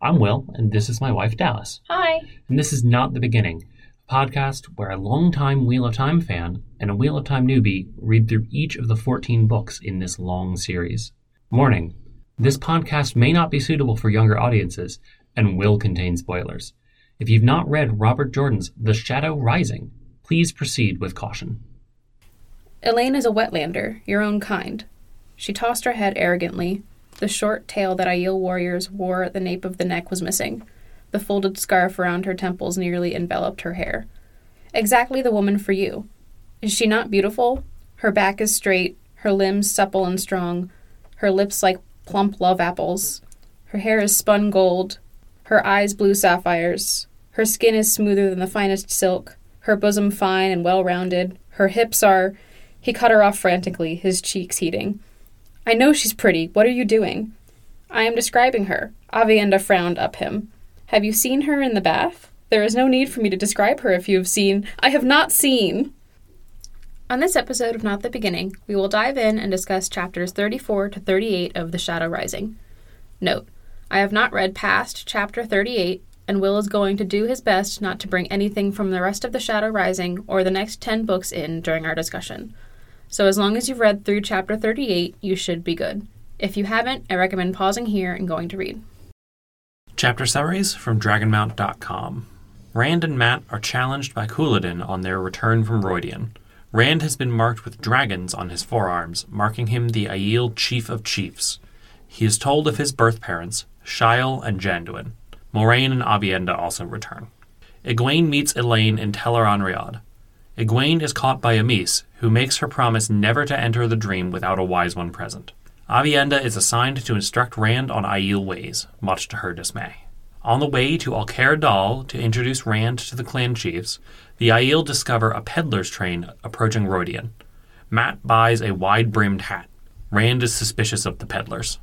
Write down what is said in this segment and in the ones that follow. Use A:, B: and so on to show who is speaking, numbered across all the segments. A: I'm Will, and this is my wife, Dallas.
B: Hi.
A: And this is Not the Beginning, a podcast where a longtime Wheel of Time fan and a Wheel of Time newbie read through each of the 14 books in this long series. Warning this podcast may not be suitable for younger audiences and will contain spoilers. If you've not read Robert Jordan's The Shadow Rising, please proceed with caution.
B: Elaine is a wetlander, your own kind. She tossed her head arrogantly. The short tail that Aiel warriors wore at the nape of the neck was missing. The folded scarf around her temples nearly enveloped her hair. Exactly the woman for you. Is she not beautiful? Her back is straight, her limbs supple and strong, her lips like plump love apples. Her hair is spun gold, her eyes blue sapphires. Her skin is smoother than the finest silk, her bosom fine and well rounded. Her hips are. He cut her off frantically, his cheeks heating. I know she's pretty. What are you doing? I am describing her. Avienda frowned up him. Have you seen her in the bath? There is no need for me to describe her if you have seen. I have not seen! On this episode of Not the Beginning, we will dive in and discuss chapters 34 to 38 of The Shadow Rising. Note, I have not read past chapter 38, and Will is going to do his best not to bring anything from the rest of The Shadow Rising or the next 10 books in during our discussion. So, as long as you've read through chapter 38, you should be good. If you haven't, I recommend pausing here and going to read.
C: Chapter summaries from dragonmount.com. Rand and Matt are challenged by Cooladin on their return from Roydian. Rand has been marked with dragons on his forearms, marking him the Aiel Chief of Chiefs. He is told of his birth parents, Shiel and Janduin. Moraine and Avienda also return. Egwene meets Elaine in Teleron Riad. Egwene is caught by Amis, who makes her promise never to enter the dream without a wise one present. Avienda is assigned to instruct Rand on Aiel ways, much to her dismay. On the way to Alcair Dal to introduce Rand to the clan chiefs, the Aiel discover a peddler's train approaching Rodian. Matt buys a wide brimmed hat. Rand is suspicious of the peddlers.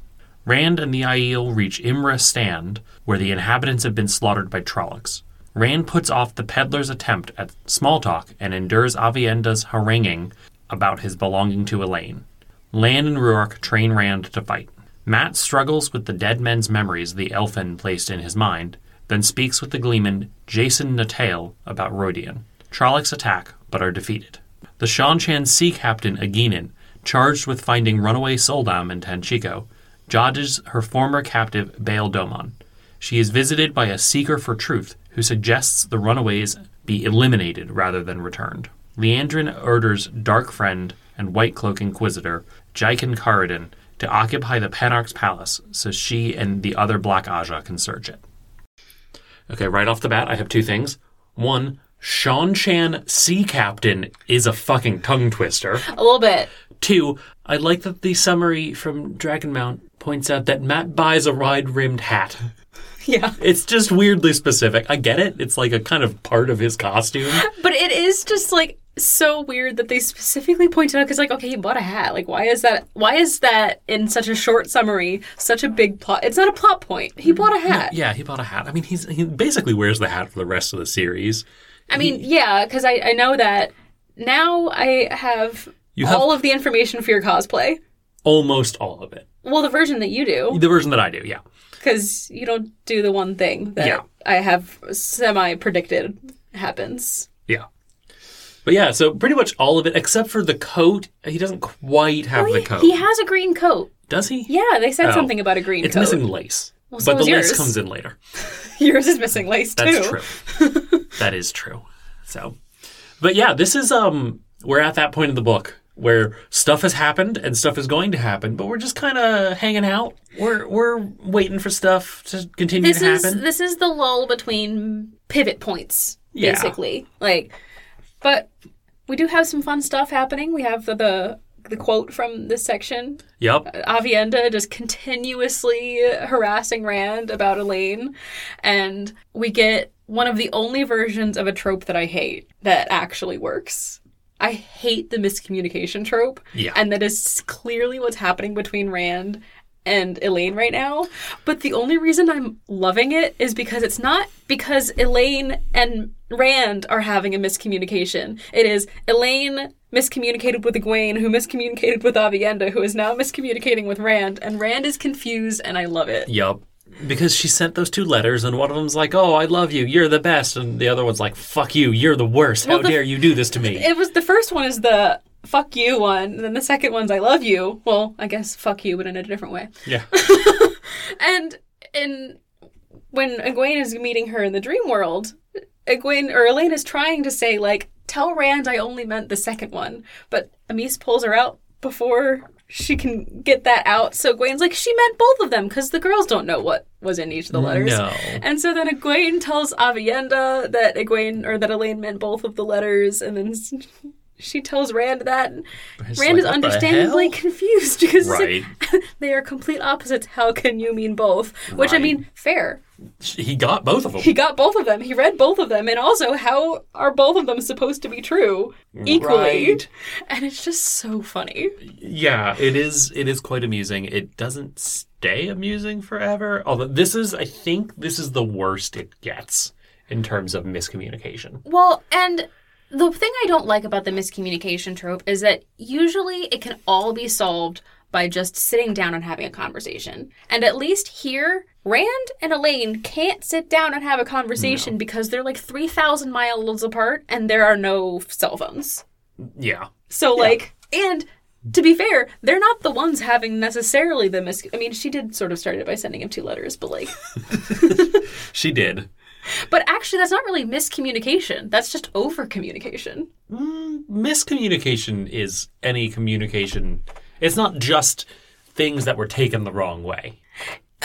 C: Rand and the Aiel reach Imra Stand, where the inhabitants have been slaughtered by Trollocs. Rand puts off the peddler's attempt at small talk and endures Avienda's haranguing about his belonging to Elaine. Lan and Ruark train Rand to fight. Matt struggles with the dead men's memories the elfin placed in his mind, then speaks with the gleeman Jason Natale about Rodian. Trollocs attack, but are defeated. The Shanchan Sea captain Agenin, charged with finding runaway Soldam in Tanchico, judges her former captive Bael Domon. She is visited by a seeker for truth who suggests the runaways be eliminated rather than returned. Leandrin orders Dark Friend and White Cloak Inquisitor Jaikin Karadin to occupy the Panarch's palace so she and the other Black Aja can search it. Okay, right off the bat, I have two things. One, Sean Chan Sea Captain is a fucking tongue twister.
B: A little bit.
C: Two, I like that the summary from Dragonmount points out that Matt buys a wide rimmed hat.
B: Yeah.
C: It's just weirdly specific. I get it. It's like a kind of part of his costume.
B: But it is just like so weird that they specifically pointed out because like okay he bought a hat like why is that why is that in such a short summary such a big plot it's not a plot point he bought a hat
C: Yeah, he bought a hat. I mean, he's he basically wears the hat for the rest of the series.
B: I mean yeah because I, I know that now I have,
C: You have-
B: all of the information for your cosplay
C: Almost all of it.
B: well the version that you do
C: The version that I do, yeah.
B: because you don't do the one thing that
C: Yeah.
B: I have semi predicted happens
C: Yeah. But yeah, so pretty much all of it except for the coat. He doesn't quite have the coat.
B: he has a green coat
C: Does he?
B: yeah they said
C: Oh.
B: something about a green
C: It's
B: coat
C: missing lace.
B: Well,
C: but
B: so
C: the
B: is yours.
C: lace comes in later.
B: yours is missing lace too
C: That's true. that is true. So, but yeah, this is um, we're at that point in the book where stuff has happened and stuff is going to happen, but we're just kind of hanging out. We're we're waiting for stuff to continue
B: this
C: to
B: is
C: happen.
B: this is the lull between pivot points
C: Yeah.
B: basically like but we do have some fun stuff happening we have the the, the quote from this section
C: Yep.
B: avienda just continuously harassing rand about elaine and we get one of the only versions of a trope that i hate that actually works I hate the miscommunication trope.
C: Yeah.
B: And that is clearly what's happening between Rand and Elaine right now. But the only reason I'm loving it is because it's not because Elaine and Rand are having a miscommunication. It is Elaine miscommunicated with Egwene, who miscommunicated with Avienda, who is now miscommunicating with Rand, and Rand is confused, and I love it.
C: Yep. because she sent those two letters, and one of them's like, "Oh, I love you. You're the best," and the other one's like, "Fuck you. You're the worst. How
B: Well, the-
C: dare you do this to me?"
B: It was the first one is the fuck you one, and then the second one's I love you. Well, I guess fuck you, but in a different way.
C: yeah.
B: And in when Egwene is meeting her in the dream world, Egwene or Elaine is trying to say like, "Tell Rand I only meant the second one," but Amis pulls her out before she can get that out. So Egwene's like, "She meant both of them," because the girls don't know what was in each of the letters.
C: No.
B: And so then Egwene tells Avienda that Egwene or that Elaine meant both of the letters, and then s- she tells Rand that. and
C: It's
B: Rand
C: like,
B: is
C: what the
B: understandably
C: hell?
B: confused because it's like,
C: Right.
B: they are complete opposites. How can you mean both? Which I
C: Right.
B: mean, fair.
C: He got both of them.
B: He got both of them. He read both of them, and also how are both of them supposed to be true equally?
C: Right.
B: And it's just so funny.
C: Yeah, it is. It is quite amusing. It doesn't stay amusing forever. Although this is, I think, this is the worst it gets in terms of miscommunication.
B: Well, and the thing I don't like about the miscommunication trope is that usually it can all be solved by just sitting down and having a conversation. And at least here, Rand and Elaine can't sit down and have a conversation because they're like 3,000 miles apart and there are no cell phones.
C: Yeah,
B: So, like, and to be fair, they're not the ones having necessarily the mis. I mean, she did sort of start it by sending him two letters, but like,
C: she did.
B: but actually, that's not really miscommunication. That's just over communication.
C: Mm, miscommunication is any communication. It's not just things that were taken the wrong way.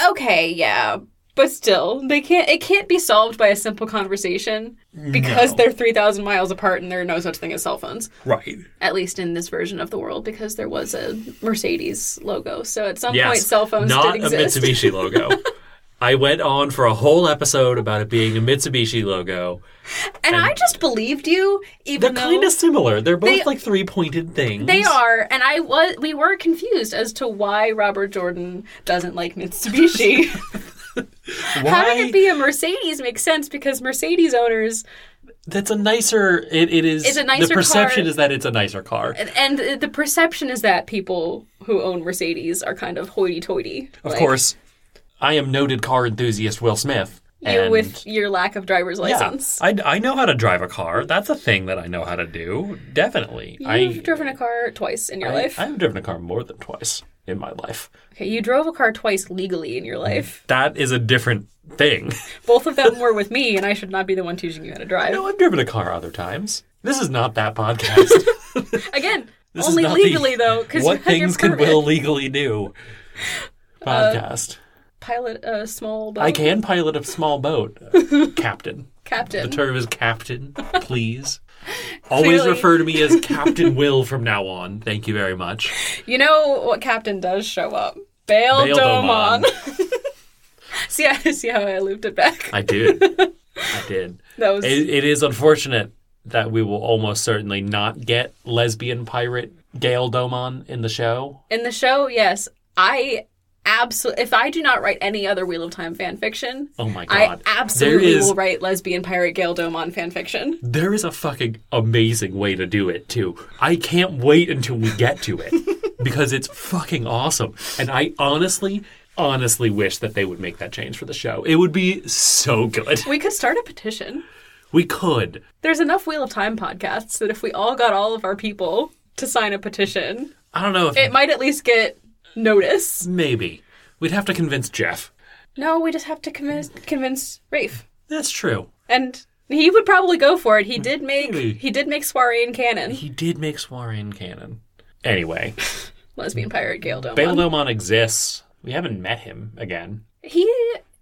B: okay, yeah, but still, they can't. It can't be solved by a simple conversation because
C: No.
B: they're three thousand miles apart, and there are no such thing as cell phones.
C: Right.
B: At least in this version of the world, because there was a Mercedes logo, so at some point, cell phones
C: not
B: did exist.
C: a Mitsubishi logo. I went on for a whole episode about it being a Mitsubishi logo.
B: and I just believed you,
C: They're
B: even though
C: kind of similar. They're both
B: They-
C: like three pointed things.
B: they are. And I was, we were confused as to why Robert Jordan doesn't like Mitsubishi. How did
C: Why-
B: it be a Mercedes make sense? Because Mercedes owners
C: That's a nicer. It, it is.
B: It's a nicer
C: The perception
B: car.
C: is that it's a nicer car.
B: And, and the perception is that people who own Mercedes are kind of hoity-toity.
C: Of
B: Like,
C: course, I am noted car enthusiast Will Smith.
B: you
C: and-
B: with your lack of driver's
C: Yeah,
B: license.
C: I, I know how to drive a car. That's a thing that I know how to do. Definitely.
B: You've
C: I,
B: driven a car twice in your
C: I,
B: life.
C: I've driven a car more than twice in my life.
B: okay, you drove a car twice legally in your life.
C: That is a different thing.
B: Both of them were with me, and I should not be the one teaching you how to drive.
C: no, I've driven a car other times. This is not that podcast.
B: Again,
C: This is
B: only
C: not the-
B: legally though, because you
C: what
B: had your
C: things can
B: permit. Uh,
C: Will legally do? Podcast.
B: pilot a small boat.
C: I can pilot a small boat, uh, Captain. The
B: Captain.
C: term is Captain, please. Always
B: Clearly.
C: refer to me as Captain Will from now on. Thank you very much.
B: you know what Captain does show up? Bail,
C: Bail
B: Domon.
C: Domon.
B: see, I, see how I looped it back.
C: I did. I did.
B: that was
C: It, it is unfortunate that we will almost certainly not get lesbian pirate Gail Domon in the show.
B: In the show, yes, I absolutely. If I do not write any other Wheel of Time fan fiction,
C: Oh my
B: I
C: god.
B: absolutely
C: there is
B: will write lesbian pirate Gail Domon fan fiction.
C: there is a fucking amazing way to do it too. I can't wait until we get to it because it's fucking awesome. And I honestly honestly wish that they would make that change for the show. It would be so good.
B: We could start a petition.
C: We could.
B: There's enough Wheel of Time podcasts that if we all got all of our people to sign a petition,
C: I don't know if
B: it might at least get notice.
C: maybe we'd have to convince Jeff.
B: No, we just have to convince convince Rafe,
C: That's true.
B: and he would probably go for it. He did make
C: Maybe.
B: he did make Soiree and Canon
C: He did make Swarin canon. Anyway,
B: lesbian pirate Gail Domon.
C: Bail Domon exists. We haven't met him again.
B: he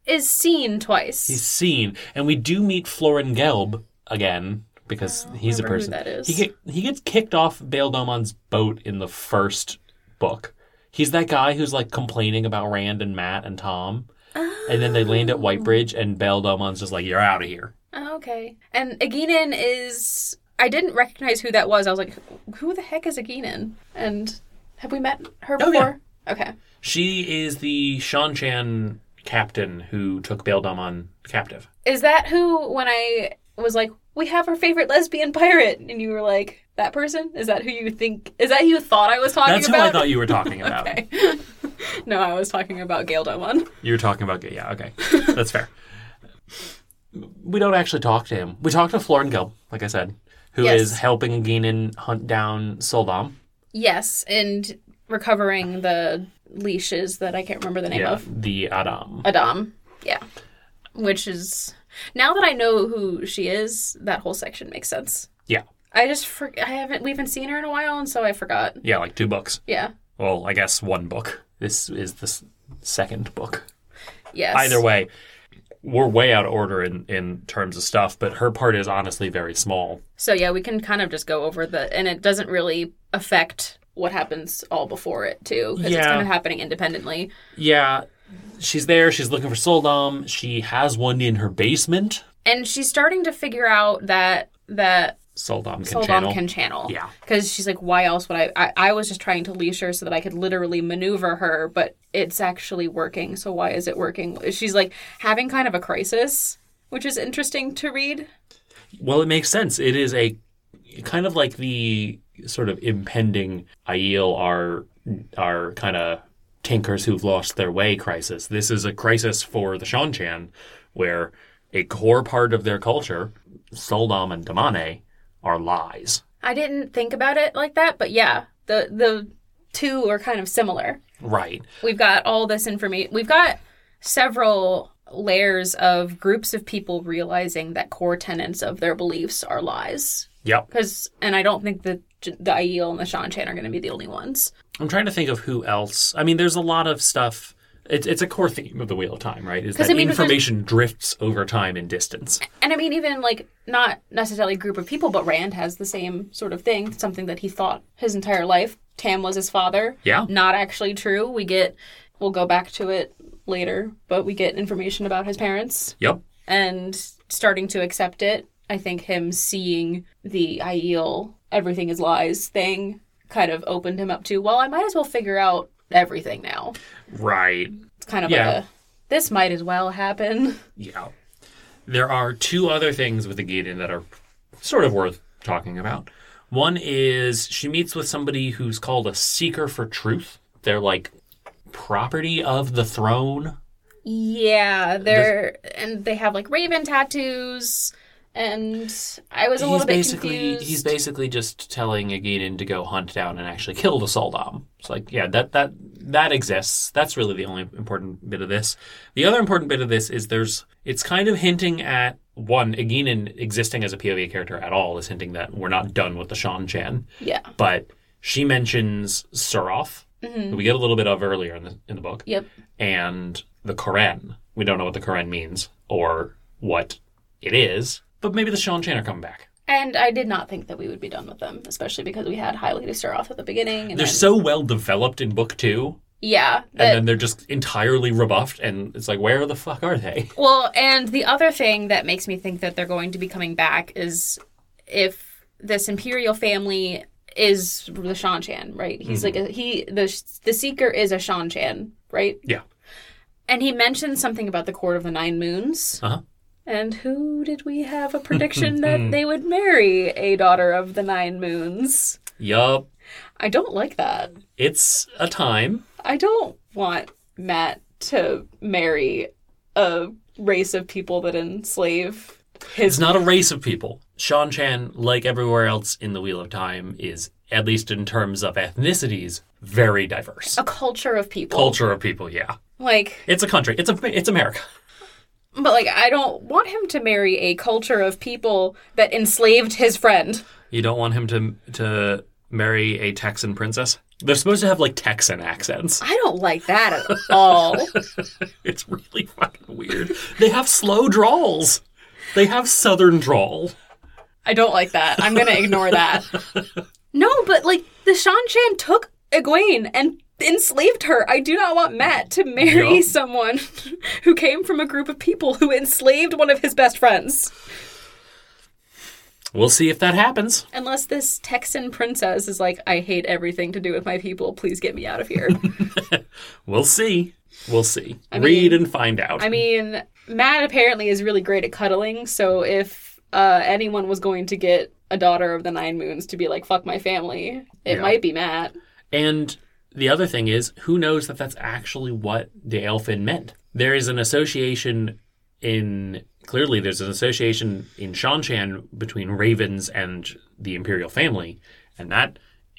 B: is seen twice.
C: He's seen, and we do meet Florin Gelb again because he's a
B: Oh, remember who
C: person
B: that is.
C: He get, he gets kicked off Bail Domon's boat in the first book. He's that guy who's like complaining about Rand and Matt and Tom, and then they land at Whitebridge, and Bail Domon's just like, "You're out of here."
B: Oh, okay. And Ageenan is. I didn't recognize who that was. I was like, who the heck is Ageenan? And have we met her
C: Oh,
B: before? Okay.
C: She is the Shan Chan captain who took Bail Domon captive.
B: Is that who, when I was like, we have our favorite lesbian pirate, and you were like, that person? Is that who you think? Is that who you thought I was talking
C: That's who I
B: about?
C: thought you were talking about.
B: Okay. No, I was talking about Gailda one.
C: You're talking about yeah, okay, that's fair. We don't actually talk to him. We talk to Florin Gilb, like I said, who is
B: Yes.
C: helping Gainan hunt down Soldam.
B: Yes, and recovering the leashes that I can't remember the name
C: Yeah,
B: of.
C: the Adam.
B: Adam. Yeah. Which is now that I know who she is, that whole section makes sense.
C: Yeah,
B: I just for, I haven't we haven't seen her in a while, and so I forgot.
C: yeah, like two books.
B: Yeah.
C: Well, I guess one book. This is the s- second book.
B: Yes.
C: Either way, we're way out of order in in terms of stuff, but her part is honestly very small.
B: So yeah, we can kind of just go over the, and it doesn't really affect what happens all before it too, because it's
C: Yeah.
B: kind of happening independently.
C: Yeah, she's there. She's looking for Soldam. She has one in her basement.
B: And she's starting to figure out that that
C: Soldam can
B: Soldom
C: channel.
B: can channel.
C: Yeah.
B: Because she's like, why else would I, I? I was just trying to leash her so that I could literally maneuver her, but it's actually working. So why is it working? She's like having kind of a crisis, which is interesting to read.
C: Well, it makes sense. It is a kind of like the sort of impending Aiel are are kind of tinkers who've lost their way crisis. This is a crisis for the Shanchan, where a core part of their culture, Soldam and Damane, are lies.
B: I didn't think about it like that, but yeah, the the two are kind of similar.
C: Right.
B: We've got all this information. We've got several layers of groups of people realizing that core tenets of their beliefs are lies.
C: Yep.
B: Because, and I don't think that the Aiel and the Shanchan are going to be the only ones.
C: I'm trying to think of who else. I mean, there's a lot of stuff. It's, it's a core theme of the Wheel of Time, right? Is
B: 'Cause,
C: that
B: I mean, because-
C: information drifts over time and distance.
B: And I mean, even like not necessarily a group of people, but Rand has the same sort of thing. Something that he thought his entire life. Tam was his father.
C: Yeah.
B: Not actually true. We get, we'll go back to it later, but we get information about his parents.
C: Yep.
B: and starting to accept it. I think him seeing the Aiel everything is lies thing kind of opened him up to, well, I might as well figure out everything now.
C: Right.
B: It's kind of
C: Yeah.
B: like a this might as well happen.
C: Yeah. There are two other things with the Gaiden that are sort of worth talking about. One is she meets with somebody who's called a seeker for truth. They're like property of the throne.
B: Yeah, they're and they have like raven tattoos and I was a little bit
C: basically
B: confused.
C: he's basically just telling a Gaiden to go hunt down and actually kill the Soldom. It's like, yeah, that that that exists. That's really the only important bit of this. The other important bit of this is there's it's kind of hinting at one, Aginin existing as a POV character at all is hinting that we're not done with the Shan Chan.
B: yeah.
C: But she mentions Suroth,
B: Mm-hmm.
C: who we get a little bit of earlier in the in the book
B: Yep.
C: and the Koran. We don't know what the Koran means or what it is, but maybe the Sean Chan are coming back.
B: And I did not think that we would be done with them, especially because we had High Lady Star off at the beginning. And
C: They're
B: then-
C: so well developed in book two,
B: yeah.
C: and
B: that-
C: then they're just entirely rebuffed, and it's like, where the fuck are they?
B: Well, and the other thing that makes me think that they're going to be coming back is if this imperial family is the Shan Chan, right? He's
C: Mm-hmm.
B: like a, he the the seeker is a Shan Chan, right?
C: Yeah.
B: And he mentioned something about the court of the nine moons.
C: Uh huh.
B: And who did we have a prediction that they would marry a daughter of the nine moons?
C: Yup.
B: I don't like that.
C: It's a time.
B: I don't want Matt to marry a race of people that enslave
C: It's not a race of people. Sean Chan, like everywhere else in the Wheel of Time, is, at least in terms of ethnicities, very diverse.
B: a culture of people.
C: Culture of people, yeah.
B: Like,
C: It's a country. It's a it's America.
B: but like, I don't want him to marry a culture of people that enslaved his friend.
C: You don't want him to to marry a Texan princess. They're supposed to have like Texan accents.
B: I don't like that at all.
C: It's really fucking weird. They have slow drawls. They have southern drawl.
B: I don't like that. I'm gonna ignore that. No, but like, the Shan Chan took Egwene and enslaved her. I do not want Matt to marry
C: Yup.
B: someone who came from a group of people who enslaved one of his best friends.
C: We'll see if that happens.
B: Unless this Texan princess is like, I hate everything to do with my people. Please get me out of here.
C: We'll see. We'll see.
B: mean-
C: Read and find out.
B: I mean, Matt apparently is really great at cuddling, so if uh, anyone was going to get a daughter of the Nine Moons to be like, fuck my family, it
C: Yeah.
B: might be Matt.
C: and The other thing is, who knows that that's actually what the Elfin meant? There is an association in clearly there's an association in Shanshan between ravens and the imperial family, and that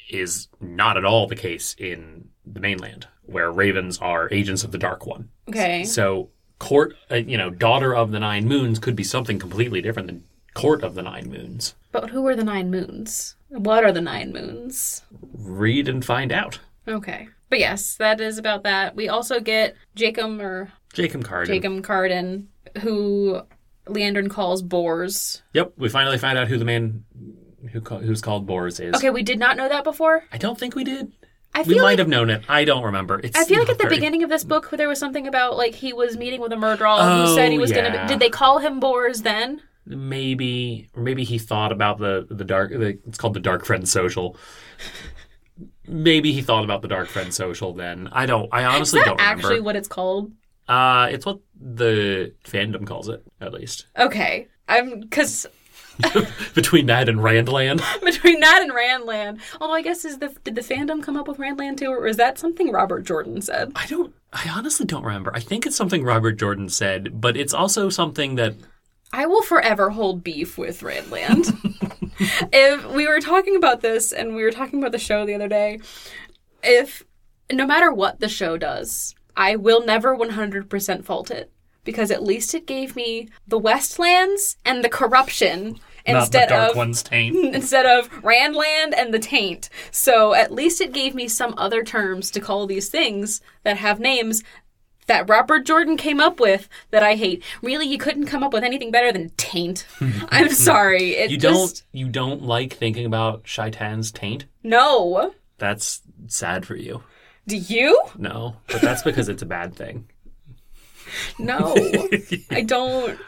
C: is not at all the case in the mainland, where ravens are agents of the Dark One.
B: Okay.
C: So, court, uh, you know, daughter of the Nine Moons could be something completely different than court of the Nine Moons.
B: But who are the nine moons? What are the nine moons?
C: Read and find out.
B: Okay. But yes, that is about that. We also get Jacob or
C: Jacob Card.
B: Jacob Carden, who Leandrin calls Boars.
C: Yep, we finally find out who the man who ca- who's called Boris is.
B: Okay, we did not know that before.
C: I don't think we did.
B: I
C: We
B: feel
C: might
B: like
C: have known it. I don't remember. It's
B: I feel like
C: not
B: at the
C: very-
B: beginning of this book there was something about like he was meeting with a murderer who said he
C: Oh,
B: was
C: yeah.
B: gonna. Be, did they call him Boars then?
C: maybe or maybe he thought about the the dark the, it's called the dark friend social maybe he thought about the dark friend social then i don't i honestly
B: Is that
C: don't remember
B: actually what it's called?
C: uh it's what the fandom calls it at least
B: Okay, I'm because
C: between that and randland
B: between that and Randland. Although I guess is the did the fandom come up with Randland too, or is that something Robert Jordan said?
C: i don't i honestly don't remember i think it's something robert jordan said but it's also something that
B: I will forever hold beef with Randland. if we were talking about this and we were talking about the show the other day, if no matter what the show does, I will never 100% fault it because at least it gave me the Westlands and the corruption
C: not the
B: instead
C: dark
B: of
C: one's taint
B: instead of Randland and the taint. So at least it gave me some other terms to call these things that have names that Robert Jordan came up with that I hate. Really, you couldn't come up with anything better than taint. I'm sorry. It
C: you
B: just,
C: don't you don't like thinking about shaitan's taint
B: No.
C: that's sad for you
B: Do you?
C: no but that's because it's a bad thing
B: No. I don't.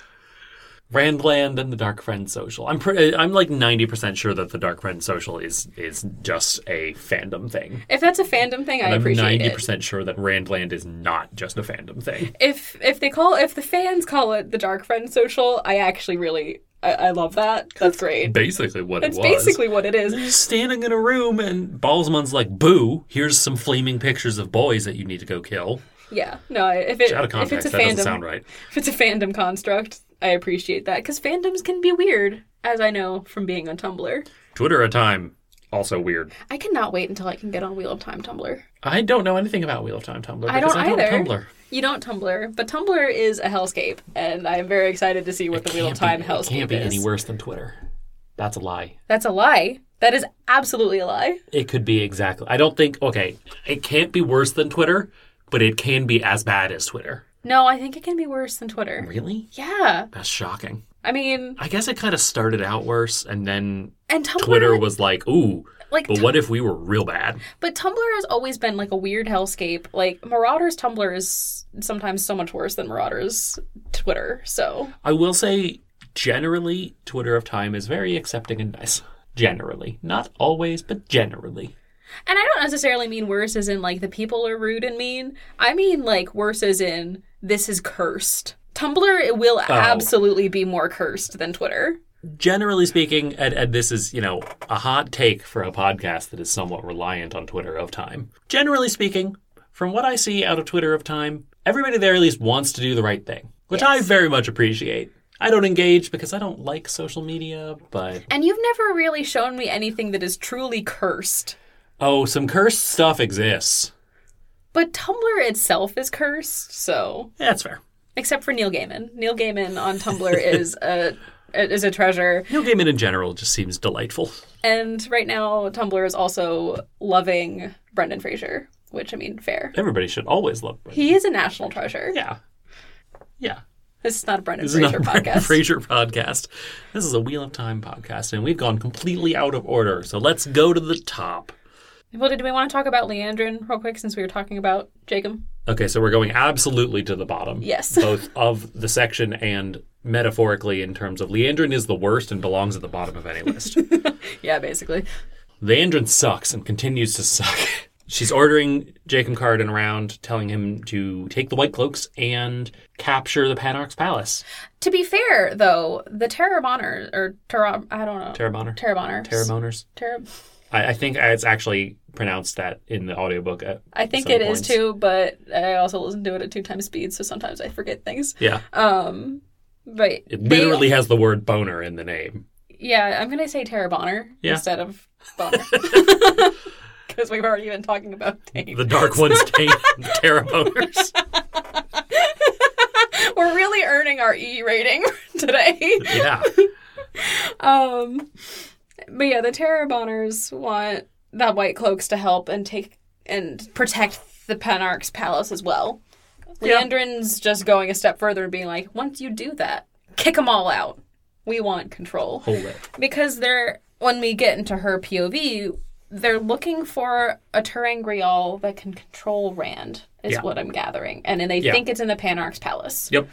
C: Randland and the Dark Friend Social. I'm pre- I'm like 90% sure that the Dark Friend Social is is just a fandom thing.
B: If that's a fandom thing, I
C: I'm
B: appreciate
C: 90%
B: it.
C: sure that Randland is not just a fandom thing.
B: If if they call if the fans call it the Dark Friend Social, I actually really I, I love that. That's great.
C: Basically what
B: That's
C: it was.
B: basically what it is.
C: You're standing in a room and Balsman's like, "Boo, here's some flaming pictures of boys that you need to go kill."
B: Yeah. No, I- if it
C: Out of context,
B: if it's a
C: that doesn't
B: fandom
C: sound right.
B: If it's a fandom construct, I appreciate that because fandoms can be weird, as I know from being on Tumblr.
C: Twitter a time also weird.
B: I cannot wait until I can get on Wheel of Time Tumblr.
C: I don't know anything about Wheel of Time Tumblr because
B: I don't either.
C: Tumblr.
B: You don't Tumblr, but Tumblr is a hellscape, and I'm very excited to see what the Wheel of
C: Can't
B: Time
C: be, it
B: hellscape
C: can't be
B: is.
C: any worse than Twitter. That's a lie.
B: That's a lie. That is absolutely a lie.
C: It could be exactly. I don't think. Okay, it can't be worse than Twitter, but it can be as bad as Twitter.
B: No, I think it can be worse than Twitter.
C: Really?
B: Yeah,
C: That's shocking.
B: I mean,
C: I guess it kind of started out worse, and then
B: and Tumblr,
C: Twitter was like, "Ooh,
B: like
C: but what if we were real bad?"
B: But Tumblr has always been like a weird hellscape. Like Marauders Tumblr is sometimes so much worse than Marauders Twitter. So
C: I will say, generally, Twitter of Time is very accepting and nice. Generally, not always, but generally.
B: And I don't necessarily mean worse as in like the people are rude and mean. I mean like worse as in this is cursed. Tumblr it will
C: Oh.
B: absolutely be more cursed than Twitter.
C: Generally speaking, and, and this is, you know, a hot take for a podcast that is somewhat reliant on Twitter of Time. Generally speaking, from what I see out of Twitter of Time, everybody there at least wants to do the right thing, which I very much appreciate. I don't engage because I don't like social media, but
B: And you've never really shown me anything that is truly cursed.
C: oh, some cursed stuff exists.
B: But Tumblr itself is cursed, so
C: That's fair.
B: except for Neil Gaiman. Neil Gaiman on Tumblr is a is a treasure.
C: Neil Gaiman in general just seems delightful.
B: And right now Tumblr is also loving Brendan Fraser, which I mean fair.
C: Everybody should always love. Brendan.
B: He is a national treasure.
C: Yeah, yeah.
B: This is not a Brendan
C: This is
B: Fraser
C: not a Brendan
B: podcast.
C: Fraser podcast. This is a Wheel of Time podcast, and we've gone completely out of order. So let's go to the top.
B: Well, did we want to talk about Leandrin real quick since we were talking about Jacob?
C: Okay, so we're going absolutely to the bottom.
B: Yes.
C: both of the section and metaphorically in terms of Leandrin is the worst and belongs at the bottom of any list.
B: Yeah, basically.
C: Leandrin sucks and continues to suck. She's ordering Jacob Carden around, telling him to take the White Cloaks and capture the Panarch's Palace.
B: To be fair, though, the Terrabonner or Terra I don't know.
C: Terrabonner?
B: Terrabonner.
C: Terraboners?
B: Terra
C: I, I think it's actually pronounce that in the audiobook. At
B: I think
C: some
B: it is
C: points.
B: too, but I also listen to it at two times speed, so sometimes I forget things.
C: Yeah.
B: Um, but
C: It
B: they-
C: literally has the word boner in the name.
B: yeah, I'm gonna say Tara Bonner
C: Yeah.
B: instead of Bonner because we've already been talking about Dane.
C: The Dark One's Dane, Terra Boners.
B: We're really earning our E rating today.
C: Yeah.
B: Um, but yeah, the Terror Bonners want the White Cloaks to help and take and protect the Penarch's palace as well.
C: Yeah.
B: Leandrin's just going a step further and being like, once you do that, kick them all out. We want control
C: Hold it.
B: because they're when we get into her POV, they're looking for a Turangrial that can control Rand. Is
C: Yeah.
B: what I'm gathering, and, then they
C: Yeah.
B: think it's in the Panarch's palace.
C: Yep.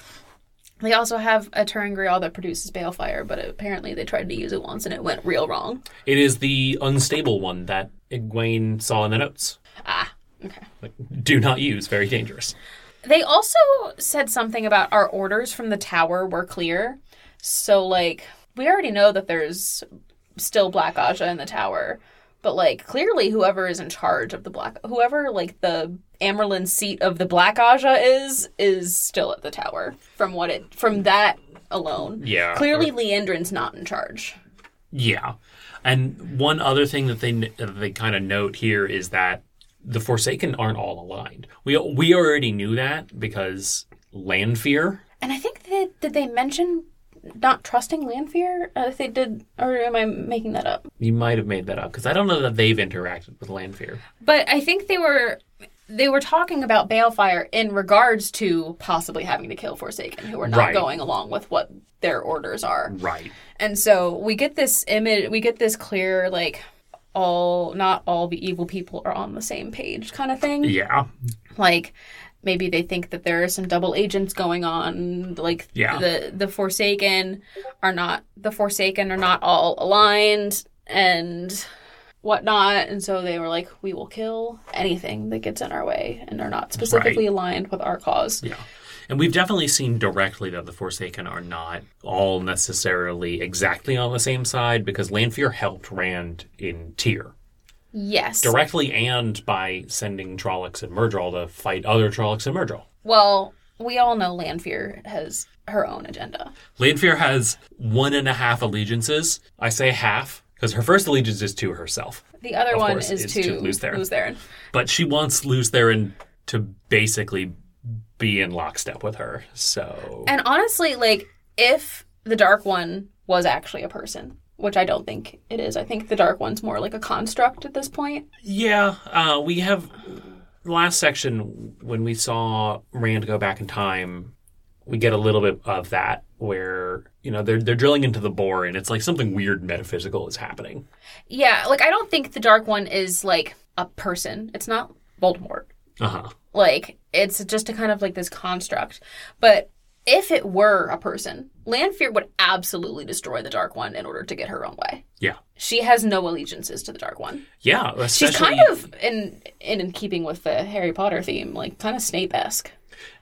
B: They also have a Turangrial that produces balefire, but apparently they tried to use it once and it went real wrong.
C: It is the unstable one that Egwene saw in the notes.
B: Ah, okay.
C: Like, do not use. Very dangerous.
B: They also said something about our orders from the tower were clear. So like we already know that there's still Black Aja in the tower, but like clearly whoever is in charge of the Black whoever like the Amerlin seat of the Black Aja is is still at the tower from what it from that alone.
C: Yeah.
B: Clearly Leandrin's not in charge.
C: Yeah. And one other thing that they that they kind of note here is that the Forsaken aren't all aligned. We we already knew that because land fear.
B: And I think that did they mention not trusting Lanfear? I think they did or am I making that up?
C: You might have made that up because I don't know that they've interacted with land fear.
B: But I think they were they were talking about Balefire in regards to possibly having to kill Forsaken, who are not
C: Right.
B: going along with what their orders are.
C: Right.
B: And so we get this image, we get this clear like all not all the evil people are on the same page kind of thing.
C: Yeah.
B: Like maybe they think that there are some double agents going on like
C: Yeah.
B: the the Forsaken are not the Forsaken are not all aligned and whatnot. And so they were like, we will kill anything that gets in our way and are not specifically aligned with our cause.
C: Yeah. And we've definitely seen directly that the Forsaken are not all necessarily exactly on the same side because Landfear helped Rand in Tyr.
B: Yes.
C: Directly and by sending Trollocs and Murdral to fight other Trollocs and Murdral.
B: well, we all know Lanfear has her own agenda.
C: Landfear has one and a half allegiances. I say half because her first allegiance is to herself,
B: The other
C: Of
B: one
C: course,
B: is,
C: is
B: to,
C: to lose Theron.
B: Lose Theron.
C: but she wants Luz Theron to basically be in lockstep with her. So
B: And honestly, like, if the Dark One was actually a person, which I don't think it is, I think the Dark One's more like a construct at this point.
C: yeah, uh, we have last section when we saw Rand go back in time. We get a little bit of that where you know they're they're drilling into the bore and it's like something weird metaphysical is happening.
B: Yeah, like, I don't think the Dark One is like a person, it's not Voldemort.
C: Uh huh.
B: Like it's just a kind of like this construct. But if it were a person, Lanfear would absolutely destroy the Dark One in order to get her own way.
C: Yeah.
B: She has no allegiances to the Dark One.
C: Yeah.
B: She's
C: especially-
B: kind of in, in in keeping with the Harry Potter theme, like kind of Snape esque.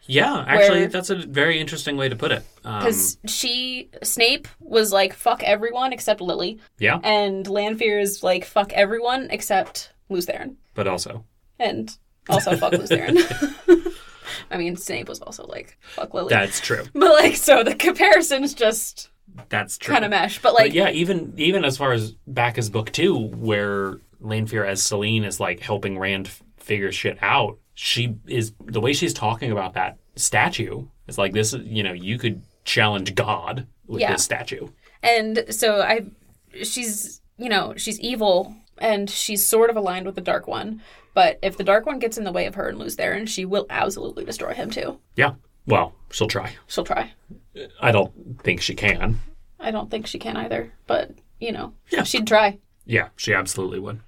C: yeah. Actually,
B: where-
C: that's a very interesting way to put it. Um,
B: Because she Snape was like fuck everyone except Lily,
C: yeah.
B: and Lanfear is like fuck everyone except Luz Theron,
C: but also
B: and also fuck Luz Theron. I mean, Snape was also like fuck Lily.
C: that's true.
B: But like, so the comparisons just
C: That's true.
B: kind of mesh. But
C: But
B: like,
C: yeah, even even as far as back as book two, where Lanfear as Celine is like helping Rand f- figure shit out. She is the way she's talking about that statue is like this. is- You know, you could challenge God with
B: Yeah.
C: this statue.
B: and so I, she's you know she's evil and she's sort of aligned with the Dark One. But if the Dark One gets in the way of her and Luz Theron, she will absolutely destroy him too.
C: Yeah. Well, she'll try.
B: She'll try.
C: I don't think she can.
B: I don't think she can either, but you know,
C: Yeah.
B: she'd try.
C: Yeah, she absolutely would.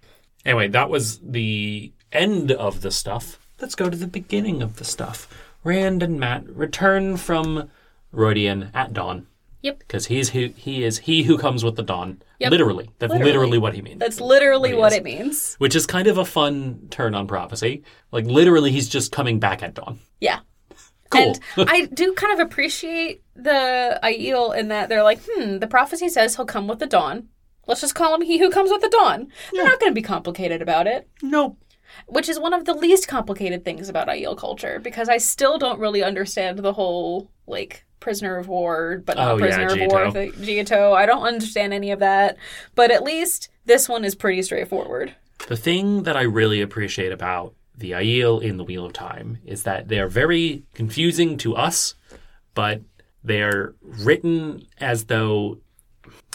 C: Anyway, that was the end of the stuff. Let's go to the beginning of the stuff. Rand and Matt return from Rodian at dawn.
B: Yep.
C: Because he's who he is he who comes with the dawn.
B: Yep.
C: Literally. That's literally.
B: Literally.
C: what he means.
B: That's literally what
C: is.
B: it means.
C: Which is kind of a fun turn on prophecy. Like literally he's just coming back at dawn.
B: Yeah.
C: Cool.
B: And I do kind of appreciate the Aiel in that they're like, hmm, the prophecy says he'll come with the dawn. Let's just call him He Who Comes with the Dawn. They're not going to be complicated about it,
C: Nope.
B: which is one of the least complicated things about Aiel culture because I still don't really understand the whole like prisoner of war, but not
C: Oh, yeah,
B: prisoner of war
C: Giotto.
B: thing. Giotto. I don't understand any of that, but at least this one is pretty straightforward.
C: The thing that I really appreciate about the Aiel in the Wheel of Time is that they are very confusing to us, but they are written as though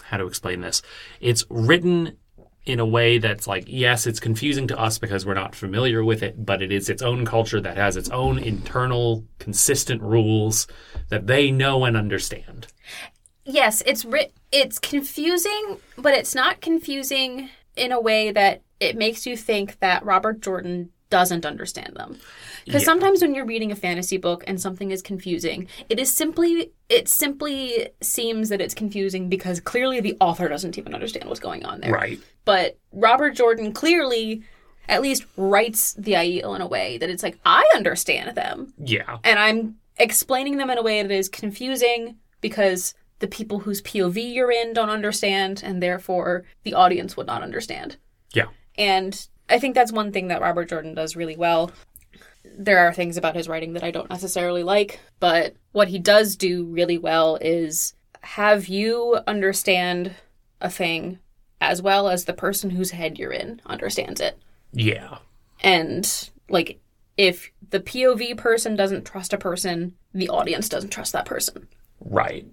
C: how to explain this. It's written in a way that's like, yes, it's confusing to us because we're not familiar with it, but it is its own culture that has its own internal consistent rules that they know and understand.
B: Yes, it's ri- it's confusing, but it's not confusing in a way that it makes you think that Robert Jordan doesn't understand them. Because
C: Yeah.
B: sometimes when you're reading a fantasy book and something is confusing, it is simply it simply seems that it's confusing because clearly the author doesn't even understand what's going on there.
C: Right.
B: But Robert Jordan clearly at least writes the IEL in a way that it's like I understand them
C: Yeah.
B: and I'm explaining them in a way that is confusing because the people whose POV you're in don't understand, and therefore the audience would not understand.
C: Yeah.
B: And I think that's one thing that Robert Jordan does really well. There are things about his writing that I don't necessarily like, but what he does do really well is have you understand a thing as well as the person whose head you're in understands it
C: Yeah.
B: and like if the POV person doesn't trust a person, the audience doesn't trust that person.
C: Right.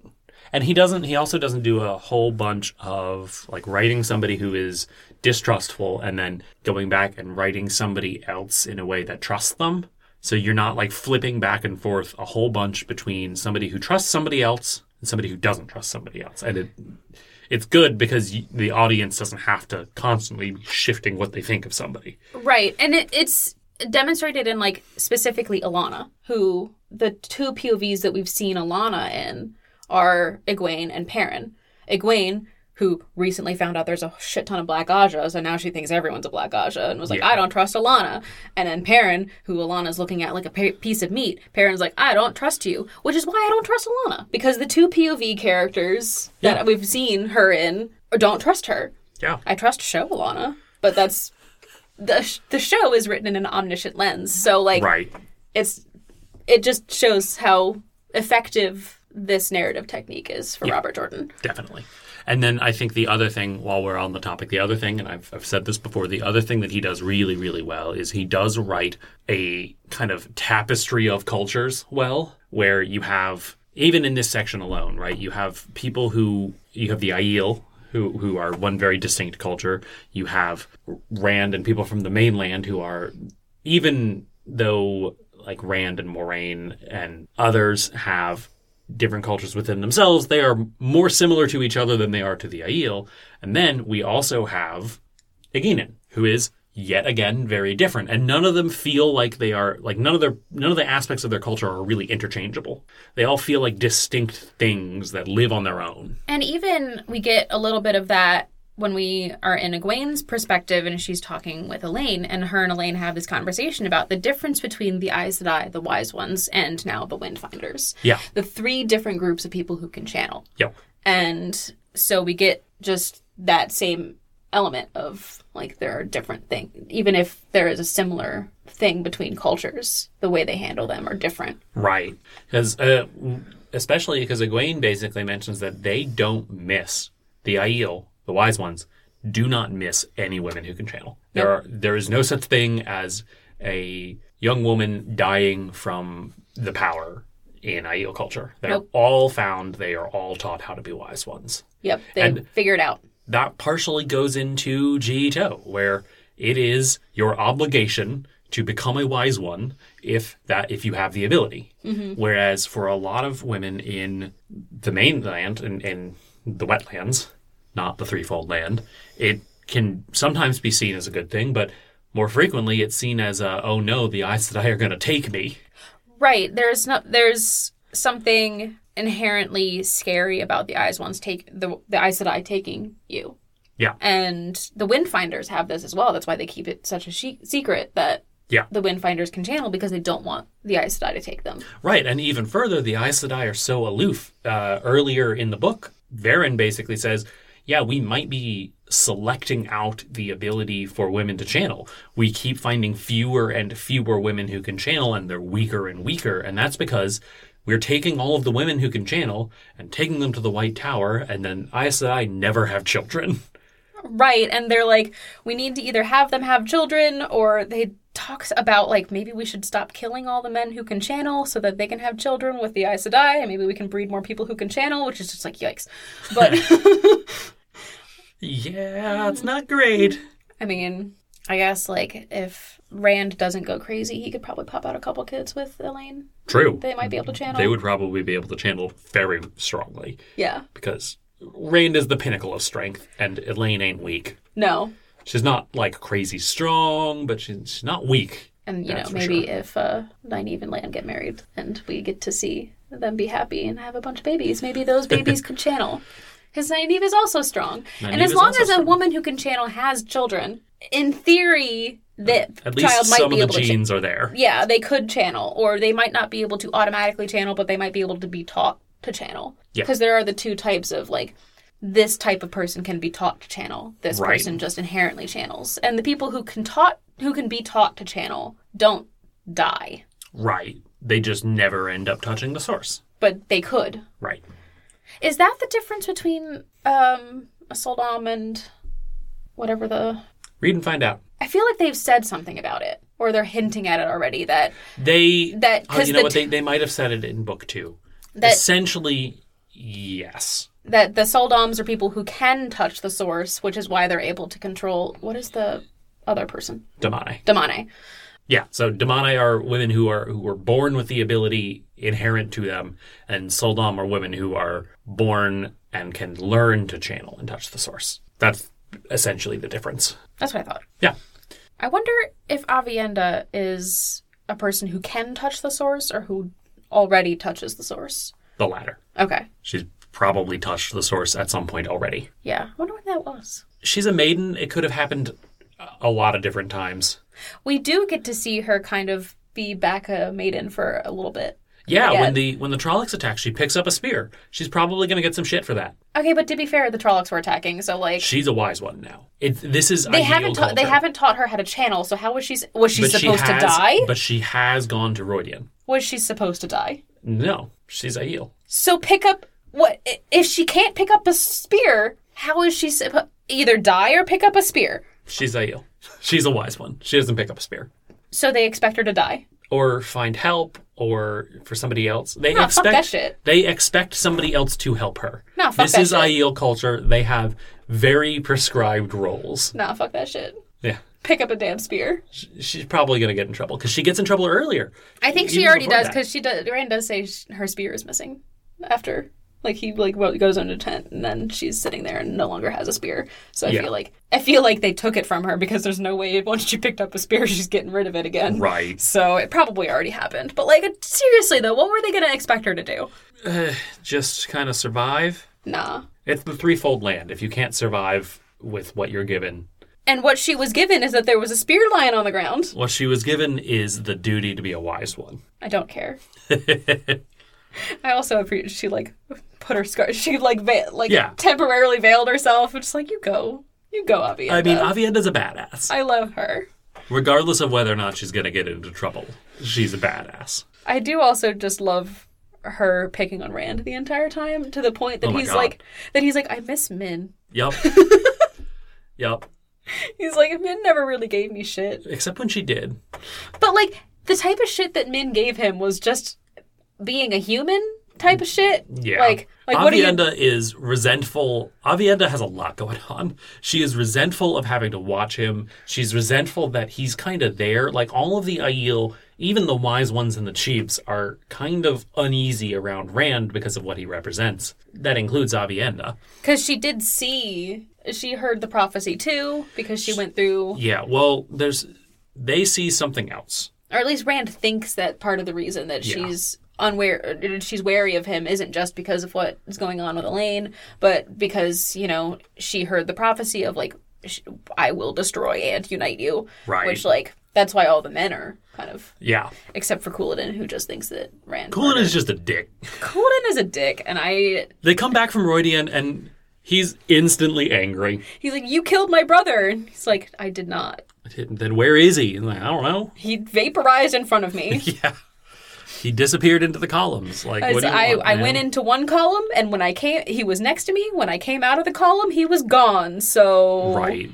C: And he doesn't he also doesn't do a whole bunch of like writing somebody who is distrustful and then going back and writing somebody else in a way that trusts them. So you're not like flipping back and forth a whole bunch between somebody who trusts somebody else and somebody who doesn't trust somebody else. And it it's good because y the audience doesn't have to constantly be shifting what they think of somebody.
B: Right. And it, it's demonstrated in like specifically Alana, who the two POVs that we've seen Alana in are Egwene and Perrin. Egwene, who recently found out there's a shit ton of Black Aja, so now she thinks everyone's a Black Aja and was like,
C: Yeah.
B: I don't trust Alana. And then Perrin, who Alana's looking at like a pe- piece of meat, Perrin's like, I don't trust you, which is why I don't trust Alana because the two POV characters
C: Yeah.
B: that we've seen her in don't trust her.
C: Yeah.
B: I trust show Alana, but that's the sh- the show is written in an omniscient lens, so like
C: Right.
B: it's it just shows how effective this narrative technique is for Robert Jordan.
C: Definitely. And then I think the other thing, while we're on the topic, the other thing, and I've, I've said this before, the other thing that he does really, really well is he does write a kind of tapestry of cultures well, where you have, even in this section alone, right, you have people who, you have the Aiel, who, who are one very distinct culture. You have Rand and people from the mainland who are, even though like Rand and Moraine and others have different cultures within themselves, they are more similar to each other than they are to the Aiel. And then we also have Aginen, who is yet again very different. And none of them feel like they are like none of their none of the aspects of their culture are really interchangeable. They all feel like distinct things that live on their own.
B: And even we get a little bit of that when we are in Egwene's perspective and she's talking with Elaine, and her and Elaine have this conversation about the difference between the Aes Sedai, the Wise Ones, and now the Windfinders.
C: Yeah.
B: The three different groups of people who can channel.
C: Yep.
B: and so we get just that same element of like there are different things even if there is a similar thing between cultures the way they handle them are different
C: Right. Because uh, especially because Egwene basically mentions that they don't miss the Aiel, the wise ones, do not miss any women who can channel. There are there is no such thing as a young woman dying from the power in Aiel culture. They're
B: Nope.
C: all found. They are all taught how to be wise ones
B: yep they
C: And-
B: figure it out
C: that partially goes into Jito, where it is your obligation to become a wise one if that if you have the ability. Whereas for a lot of women in the mainland and in, the wetlands, not the threefold land, it can sometimes be seen as a good thing, but more frequently it's seen as a oh no, the Aes Sedai are going to take me.
B: right there's no there's something inherently scary about the eyes ones take the the eyes that i taking you
C: Yeah.
B: and the windfinders have this as well that's why they keep it such a she- secret that
C: Yeah.
B: the windfinders can channel because they don't want the eyes that i to take them
C: Right, and even further, the Aes Sedai are so aloof. Uh, earlier in the book, Varen basically says, yeah, we might be selecting out the ability for women to channel. We keep finding fewer and fewer women who can channel, and they're weaker and weaker. And that's because we're taking all of the women who can channel and taking them to the White Tower, and then Aes Sedai never have children.
B: Right. And they're like, we need to either have them have children or they talks about like maybe we should stop killing all the men who can channel so that they can have children with the Aes Sedai and maybe we can breed more people who can channel, which is just like yikes. But
C: Yeah, it's not great.
B: I mean, I guess like if Rand doesn't go crazy, he could probably pop out a couple kids with Elaine.
C: True.
B: They might be able to channel.
C: Mm, They would probably be able to channel very strongly
B: Yeah.
C: because Rand is the pinnacle of strength, and Elaine ain't weak.
B: No.
C: She's not like crazy strong, but she's, she's not weak.
B: And you
C: That's for
B: know, maybe
C: sure.
B: if uh Nynaeve and Lan get married and we get to see them be happy and have a bunch of babies, maybe those babies could channel. Because Nynaeve is also strong. and
C: Nynaeve
B: as
C: is
B: long
C: also
B: as a
C: strong.
B: woman who can channel has children, in theory, that
C: At least
B: child might
C: some
B: be
C: of
B: able
C: the
B: to cha-
C: genes are there.
B: yeah, they could channel, or they might not be able to automatically channel, but they might be able to be taught to channel.
C: Yeah.
B: Because there are the two types of like, this type of person can be taught to channel. This
C: Right.
B: person just inherently channels, and the people who can taught who can be taught to channel don't die,
C: Right. They just never end up touching the source.
B: but they could.
C: Right.
B: Is that the difference between um, a soldom and whatever the?
C: Read and find out.
B: I feel like they've said something about it, or they're hinting at it already. That
C: They
B: That-
C: oh,
B: 'cause
C: you know
B: the
C: what
B: t-
C: they they might have said it in book two.
B: that
C: Essentially, yes.
B: that the soldoms are people who can touch the source, which is why they're able to control what is the other person?
C: Damani.
B: Damane.
C: Yeah. So Damani are women who are who were born with the ability inherent to them, and Soldam are women who are born and can learn to channel and touch the source. That's essentially the difference.
B: That's what I thought.
C: Yeah.
B: I wonder if Avienda is a person who can touch the source or who already touches the source.
C: The latter.
B: Okay.
C: She's probably touched the source at some point already.
B: Yeah. I wonder when that was.
C: She's a maiden. It could have happened a- a lot of different times.
B: We do get to see her kind of be back a maiden for a little bit.
C: Yeah,
B: Yeah.
C: when the when the Trollocs attack, she picks up a spear. She's probably going to get some shit for that.
B: Okay, but to be fair, the Trollocs were attacking, so like
C: She's a wise one now. It, this is
B: they
C: ideal
B: haven't ta-
C: culture.
B: they haven't taught her how to channel. So how was she s- was she
C: But
B: supposed
C: has,
B: to die?
C: But she has gone to Roydian.
B: Was she supposed to die?
C: No, she's Aiel.
B: So pick up what i- if she can't pick up a spear? How is she supposed either die or pick up a spear?
C: She's Aiel. She's a wise one. She doesn't pick up a spear
B: So they expect her to die.
C: or find help or for somebody else. They
B: Nah, fuck
C: expect
B: that shit.
C: they expect somebody else to help her.
B: Nah, fuck
C: this
B: that
C: is
B: shit.
C: Aiel culture. They have very prescribed roles.
B: Nah, fuck that shit.
C: Yeah.
B: Pick up a damn spear.
C: Sh- She's probably going to get in trouble because she gets in trouble earlier.
B: I think she
C: Even
B: already
C: before
B: does
C: that.
B: because she does. Rand does say sh her spear is missing after. Like he like wo- goes into tent and then she's sitting there and no longer has a spear. So I
C: Yeah.
B: feel like I feel like they took it from her because there's no way once she picked up a spear she's getting rid of it again.
C: Right.
B: So it probably already happened. But like seriously though, what were they gonna expect her to do?
C: just kind of survive.
B: Nah.
C: It's the threefold land. If you can't survive with what you're given,
B: And what she was given is that there was a spear lying on the ground.
C: what she was given is the duty to be a wise one.
B: I don't care. I also appreciate she like put her scar. She like va- like
C: Yeah.
B: temporarily veiled herself. It's just like you go, you go, Avienda.
C: I mean, Avienda's a badass.
B: I love her.
C: Regardless of whether or not she's going to get into trouble, she's a badass.
B: I do also just love her picking on Rand the entire time to the point that
C: Oh my
B: he's
C: God.
B: like that he's like I miss Min.
C: Yup. yup.
B: He's like Min never really gave me shit.
C: Except when she did.
B: But like the type of shit that Min gave him was just being a human type of shit.
C: Yeah.
B: Like like what do you
C: Avienda is resentful. Avienda has a lot going on. She is resentful of having to watch him. She's resentful that he's kind of there. Like all of the Aiel, even the wise ones and the chiefs, are kind of uneasy around Rand because of what he represents. That includes Avienda.
B: Because she did see, she heard the prophecy too, because she went through,
C: Yeah. Well, there's they see something else.
B: or at least Rand thinks that part of the reason that
C: Yeah.
B: she's unaware, or she's wary of him isn't just because of what is going on with Elaine, but because, you know, she heard the prophecy of, like, sh- I will destroy and unite you.
C: Right.
B: Which, like, that's why all the men are kind of,
C: Yeah.
B: except for Cooladin, who just thinks that Rand.
C: Coolan is just a dick.
B: Cooladin is a dick, and I
C: They come back from Roydian and He's instantly angry.
B: He's like, You killed my brother. And he's like, I did not.
C: Then where is he? And like, I don't know.
B: He vaporized in front of me.
C: Yeah. He disappeared into the columns. Like, what
B: As
C: do you
B: Uh, I,
C: want,
B: I
C: man?
B: went into one column, and when I came, he was next to me. When I came out of the column, he was gone. So
C: Right.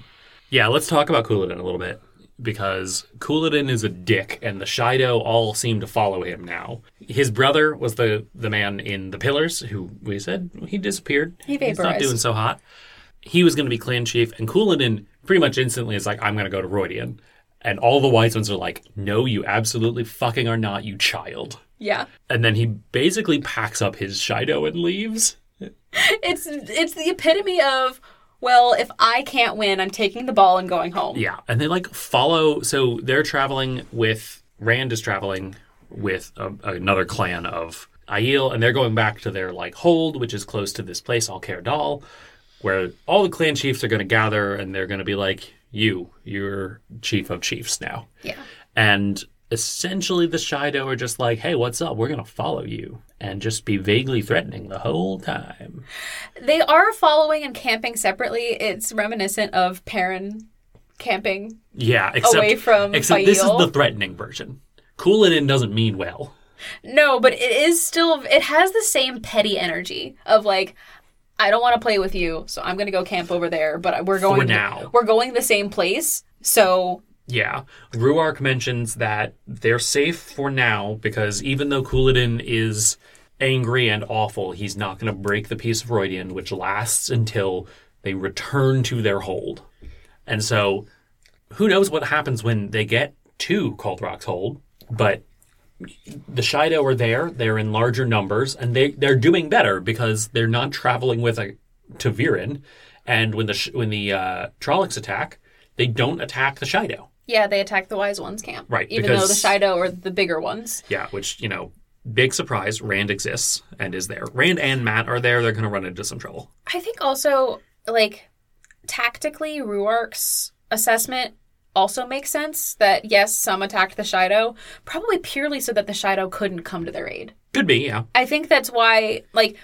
C: Yeah, let's talk about Cooladin a little bit because Cooladin is a dick, and the Shido all seem to follow him now. His brother was the the man in the pillars who we said he disappeared.
B: He
C: He's not
B: vaporized.
C: doing so hot. He was going to be clan chief, and Cooladin pretty much instantly is like, "I'm going to go to Roydian," and all the wise ones are like, "No, you absolutely fucking are not, you child."
B: yeah,
C: And then he basically packs up his Shido and leaves.
B: it's it's the epitome of well, if I can't win, I'm taking the ball and going home.
C: Yeah, and they like follow. So they're traveling with Rand is traveling with a, another clan of Aiel, and they're going back to their like hold, which is close to this place, Alcair Dal, where all the clan chiefs are going to gather, and they're going to be like, "You, you're chief of chiefs now."
B: Yeah.
C: And essentially, the Shido are just like, "Hey, what's up? We're going to follow you." And just be vaguely threatening the whole time.
B: They are following and camping separately. It's reminiscent of Perrin camping.
C: Yeah, except
B: Away from
C: except this is
B: Fael.
C: the threatening version. Coolin doesn't mean well.
B: No, but it is still it has the same petty energy of like I don't want to play with you, so I'm going to go camp over there, but we're going
C: now.
B: we're going the same place. So
C: Yeah. Ruark mentions that they're safe for now because even though Cooladin is angry and awful, he's not going to break the peace of Roydian, which lasts until they return to their hold. And so who knows what happens when they get to Cold Rock's hold, but the Shido are there, they're in larger numbers, and they, they're doing better because they're not traveling with a to Viren. And when the Sh- when the uh, Trollocs attack, they don't attack the Shido.
B: yeah, they attack the wise ones camp.
C: Right,
B: Even though the
C: because-
B: Shido are the bigger ones.
C: Yeah, which, you know, big surprise, Rand exists and is there. Rand and Matt are there, they're going to run into some trouble.
B: I think also like tactically Ruark's assessment also makes sense that yes, some attacked the Shido, probably purely so that the Shido couldn't come to their aid.
C: Could be, yeah.
B: I think that's why, like,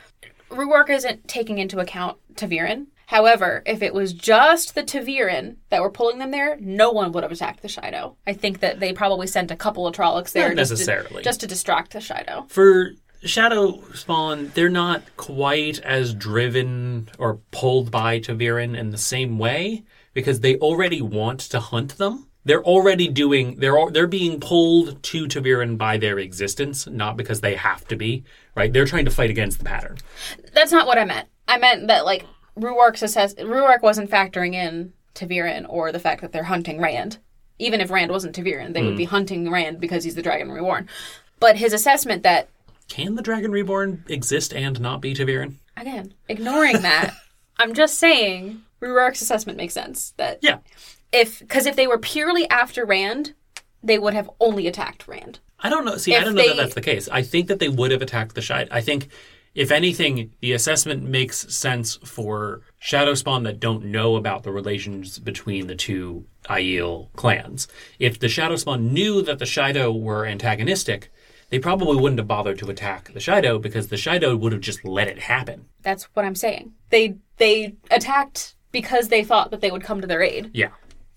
B: Ruark isn't taking into account Taviran. However, if it was just the Taviran that were pulling them there, no one would have attacked the Shido. I think that they probably sent a couple of Trollocs there
C: Not
B: just to-
C: necessarily.
B: just to distract the Shido.
C: For Shadow Spawn, they're not quite as driven or pulled by Taviran in the same way because they already want to hunt them. They're already doing. They're al- they're being pulled to Taviran by their existence, not because they have to be. Right? They're trying to fight against the pattern.
B: That's not what I meant. I meant that like Ruark's assess- Ruark wasn't factoring in Taviran or the fact that they're hunting Rand. Even if Rand wasn't Taviran, they would be hunting Rand because he's the Dragon Reborn. But his assessment that
C: Can the Dragon Reborn exist and not be Taviran?
B: again, ignoring that, I'm just saying Ruark's assessment makes sense. That
C: Yeah,
B: if because if they were purely after Rand, they would have only attacked Rand.
C: I don't know. See, I
B: If
C: don't know that
B: they-
C: that's the case. I think that they would have attacked the Shide. I think, if anything, the assessment makes sense for Shadow Spawn that don't know about the relations between the two Aiel clans. If the Shadow Spawn knew that the Shido were antagonistic, they probably wouldn't have bothered to attack the Shido because the Shido would have just let it happen.
B: That's what I'm saying. They they attacked because they thought that they would come to their aid.
C: Yeah.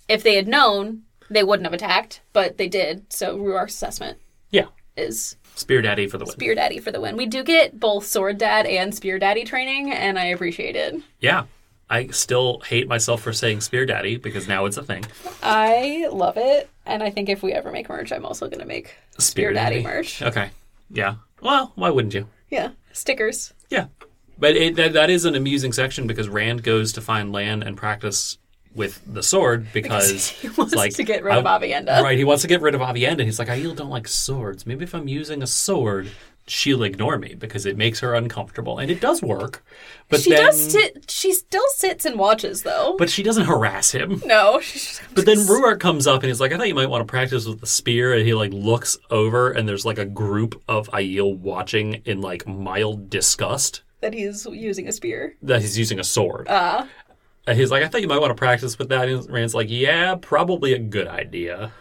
B: If they had known, they wouldn't have attacked, but they did. So Ruark's assessment
C: Yeah.
B: is
C: Spear Daddy for the win.
B: Spear Daddy for the win. We do get both Sword Dad and Spear Daddy training, and I appreciate it.
C: yeah. I still hate myself for saying Spear Daddy because now it's a thing.
B: I love it, and I think if we ever make merch, I'm also gonna make Spear Daddy merch.
C: Okay. Yeah. Well, why wouldn't you?
B: Yeah, stickers.
C: Yeah, but it, that, that is an amusing section because Rand goes to find Lan and practice with the sword because,
B: he wants
C: Uh, it's like,
B: to get rid of
C: I-
B: Avienda.
C: Right, he wants to get rid of Avienda. and He's like, I don't like swords. Maybe if I'm using a sword, she'll ignore me because it makes her uncomfortable, and it does work. But
B: She
C: then,
B: does sit. She still sits and watches though.
C: but she doesn't harass him.
B: no, she's just
C: But then Ruark comes up and he's like, I thought you might want to practice with the spear. And he like looks over and there's like a group of Aiel watching in like mild disgust.
B: that he's using a spear.
C: that he's using a sword.
B: Uh-huh.
C: And he's like, I thought you might want to practice with that. And Rand's like, Yeah, probably a good idea.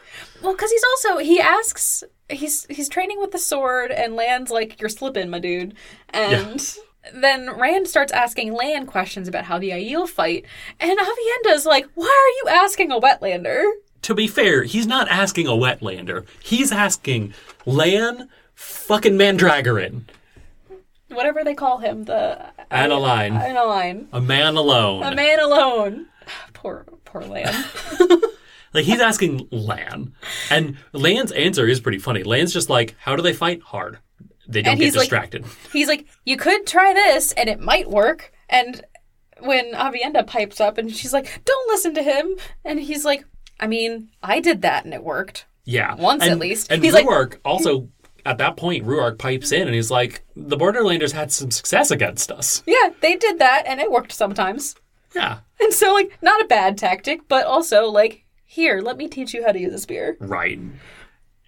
B: Well, because he's also he asks he's he's training with the sword and lands like you're slipping, my dude, and then Rand starts asking Lan questions about how the Aiel fight, and Avienda's like, "Why are you asking a wetlander?"
C: To be fair, he's not asking a wetlander. He's asking Lan fucking Mandragoran.
B: Whatever they call him, the uh,
C: Adeline.
B: Adeline,
C: A man alone.
B: a man alone. Poor, poor Lan.
C: Like he's asking Lan. And Lan's answer is pretty funny. Lan's just like, how do they fight? Hard. They don't
B: And
C: get
B: he's like-
C: distracted.
B: He's like, "You could try this, and it might work." And when Avienda pipes up, and she's like, "Don't listen to him," and he's like, "I mean, I did that, and it worked."
C: yeah.
B: once at
C: and,
B: least.
C: And
B: He's like-
C: Ruark also at that point, Ruark pipes in and he's like, The Borderlanders had some success against us.
B: Yeah, they did that, and it worked sometimes.
C: Yeah.
B: And so, like, not a bad tactic, but also like, here, let me teach you how to use a spear.
C: Right.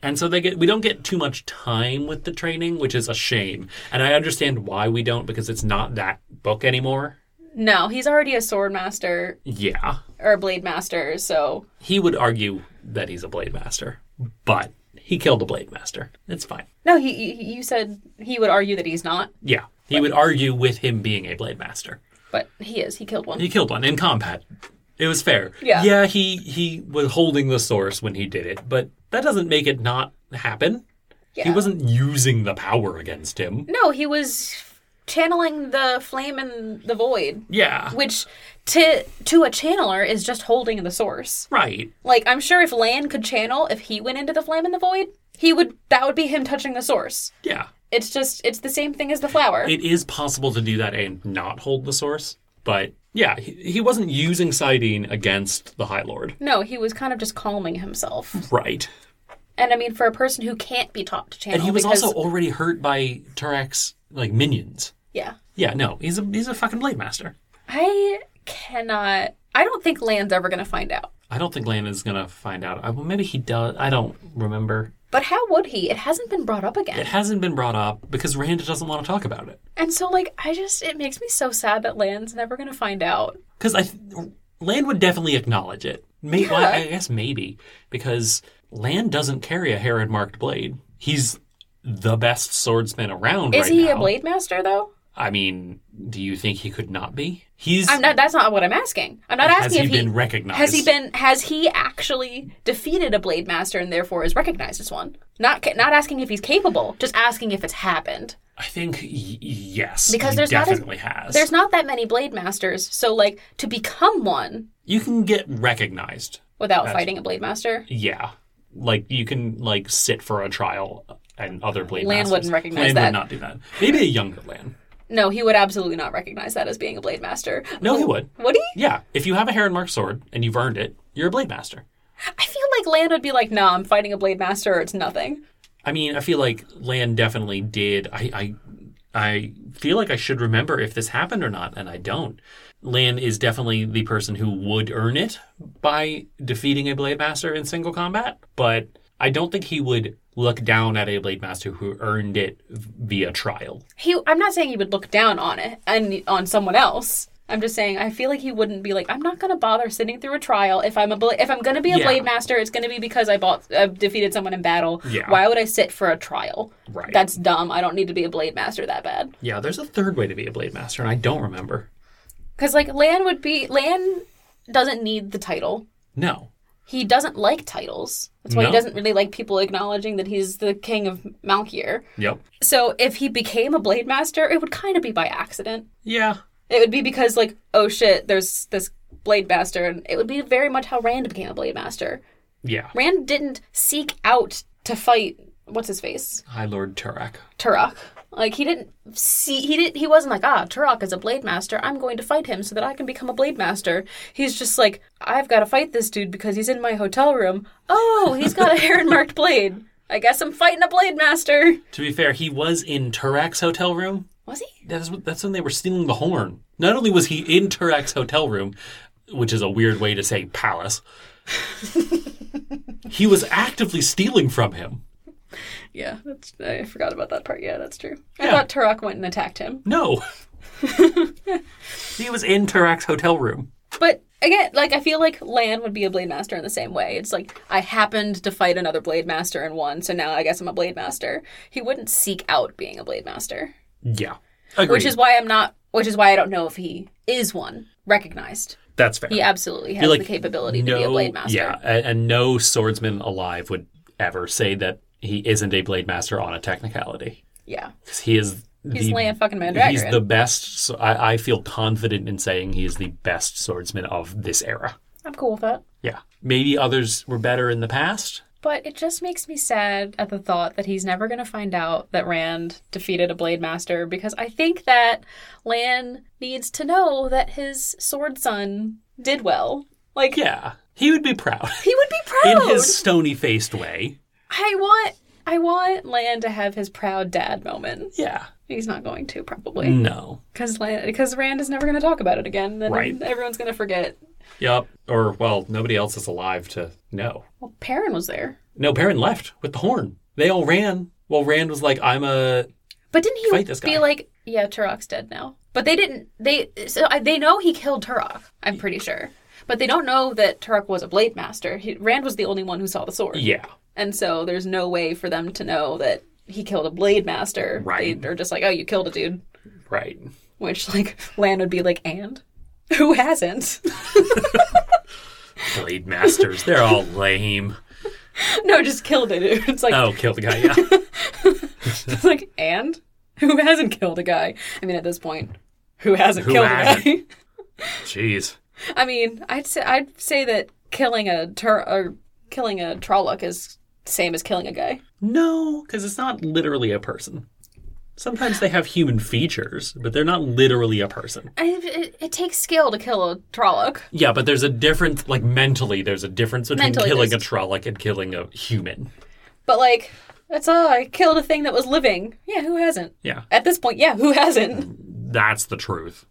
C: And so they get we don't get too much time with the training, which is a shame. And I understand why we don't, because it's not that book anymore.
B: No, he's already a sword master
C: Yeah.
B: or a blade master, so
C: He would argue that he's a blade master. But he killed a blade master. It's fine.
B: no. He, he you said he would argue that he's not,
C: Yeah. He would argue with him being a blade master.
B: but he is. He killed one.
C: He killed one in combat. It was fair.
B: Yeah.
C: Yeah, he he was holding the source when he did it, but that doesn't make it not happen. He
B: Yeah.
C: wasn't using the power against him.
B: No, he was channeling the flame in the void,
C: Yeah.
B: which to to a channeler is just holding the source.
C: Right.
B: Like I'm sure if Lan could channel, if he went into the flame in the void, he would. That would be him touching the source.
C: Yeah.
B: It's just it's the same thing as the flower.
C: It is possible to do that and not hold the source, but yeah, he, he wasn't using siding against the High Lord.
B: no, he was kind of just calming himself.
C: Right.
B: And I mean, for a person who can't be taught to channel,
C: And he was
B: because,
C: also already hurt by Turek's like minions.
B: yeah.
C: Yeah, no, he's a he's a fucking blade master.
B: I cannot. I don't think Lan's ever gonna find out.
C: I don't think Landon's gonna find out. I, well, maybe he does. I don't remember.
B: But how would he? It hasn't been brought up again.
C: It hasn't been brought up because Rand doesn't want to talk about it.
B: And so, like, I just it makes me so sad that Lan's never gonna find out.
C: Because I, th- Land would definitely acknowledge it. Maybe well, I guess maybe because Land doesn't carry a Herod marked blade. He's the best swordsman around.
B: Is
C: right
B: he
C: now.
B: a blade master though?
C: I mean, do you think he could not be? He's.
B: I'm not. That's not what I'm asking. I'm not
C: has
B: asking
C: he
B: if
C: been
B: he
C: recognized?
B: has he been has he actually defeated a blade master and therefore is recognized as one. Not ca- not asking if he's capable, just asking if it's happened.
C: I think y- yes.
B: Because
C: he
B: there's not as-
C: definitely has.
B: There's not that many blade masters, so like to become one
C: You can get recognized.
B: without fighting a blade master.
C: Yeah, like you can like sit for a trial, and other blade.
B: Lan
C: masters.
B: wouldn't recognize
C: Lan
B: that.
C: would not do that. Maybe a younger Lan.
B: No, he would absolutely not recognize that as being a blade master.
C: No, he would.
B: Would he?
C: Yeah, if you have a Heron Mark sword and you've earned it, you're a blade master.
B: I feel like Land would be like, "Nah, I'm fighting a blade master, or it's nothing."
C: I mean, I feel like Lan definitely did. I, I, I feel like I should remember if this happened or not, and I don't. Lan is definitely the person who would earn it by defeating a blade master in single combat, but I don't think he would look down at a blade master who earned it via trial.
B: He, I'm not saying he would look down on it and on someone else. I'm just saying I feel like he wouldn't be like, "I'm not gonna bother sitting through a trial if I'm a bla- if I'm gonna be a
C: Yeah.
B: blade master, it's gonna be because I bought uh, defeated someone in battle.
C: Yeah.
B: Why would I sit for a trial?
C: Right.
B: That's dumb. I don't need to be a blade master that bad."
C: Yeah, there's a third way to be a blade master, and I don't remember.
B: Because like Lan would be Lan doesn't need the title.
C: No.
B: he doesn't like titles. That's why
C: No.
B: he doesn't really like people acknowledging that he's the king of Malkier.
C: Yep.
B: So if he became a blade master, it would kind of be by accident.
C: Yeah.
B: It would be because like, oh shit, there's this blade master, and it would be very much how Rand became a blade master.
C: Yeah.
B: Rand didn't seek out to fight what's his face
C: High Lord Turek.
B: Turok. Like he didn't see he didn't he wasn't like ah Turok is a blade master I'm going to fight him so that I can become a blade master. He's just like I've got to fight this dude because he's in my hotel room. Oh, he's got a heron marked blade. I guess I'm fighting a blade master.
C: To be fair, he was in Turek's hotel room.
B: Was he?
C: That's wh- that's when they were stealing the horn. Not only was he in Turek's hotel room, which is a weird way to say palace, he was actively stealing from him.
B: Yeah, that's I forgot about that part. Yeah, that's true. I
C: Yeah.
B: thought Turok went and attacked him.
C: No, he was in Turek's hotel room.
B: But again, like I feel like Lan would be a blade master in the same way. It's like I happened to fight another blade master and won, so now I guess I'm a blade master. He wouldn't seek out being a blade master.
C: Yeah, Agreed.
B: which is why I'm not. Which is why I don't know if he is one recognized.
C: that's fair.
B: He absolutely has
C: You're like,
B: the capability to be a
C: no-
B: blade master.
C: Yeah, and, and no swordsman alive would ever say that he isn't a blade master on a technicality
B: yeah.
C: because he is.
B: He's
C: the,
B: laying fucking Mandragoran.
C: He's the best. So I, I feel confident in saying he is the best swordsman of this era.
B: I'm cool with that.
C: Yeah, maybe others were better in the past.
B: But it just makes me sad at the thought that he's never going to find out that Rand defeated a Blade Master because I think that Lan needs to know that his sword son did well. Like,
C: Yeah, he would be proud
B: he would be proud.
C: in his stony-faced way.
B: I want. I want Lan to have his proud dad moment.
C: Yeah,
B: He's not going to probably
C: no,
B: because because Rand is never going to talk about it again. Then
C: Right.
B: everyone's going to forget.
C: yep. Or well, nobody else is alive to know.
B: Well, Perrin was there,
C: No, Perrin left with the horn. They all ran. Well, Rand was like, "I'm a
B: but didn't he
C: Fight this
B: be
C: guy.
B: like, yeah, Turok's dead now? But they didn't. They so I, they know he killed Turok. I'm pretty sure, but they don't know that Turok was a blade master. He, Rand was the only one who saw the sword,
C: yeah."
B: and so there's no way for them to know that he killed a blade master.
C: Right.
B: They are just like, oh, you killed a dude.
C: Right.
B: Which like Lan would be like, and who hasn't?
C: Blade Masters. They're all lame.
B: no, just killed a dude. It's like
C: Oh, kill the guy. Yeah.
B: It's like, and who hasn't killed a guy? I mean, at this point, who hasn't
C: Who
B: killed a guy?
C: hasn't? Jeez.
B: I mean, I'd say I'd say that killing a tur- or killing a Trolloc is same as killing a guy.
C: No, because it's not literally a person. Sometimes they have human features, but they're not literally a person.
B: I, it, it takes skill to kill a Trolloc.
C: Yeah, but there's a difference, like mentally, there's a difference between
B: Mentally,
C: killing
B: there's-
C: a Trolloc and killing a human.
B: But like, that's all. I killed a thing that was living. Yeah, who hasn't?
C: Yeah,
B: At this point, yeah, who hasn't?
C: that's the truth.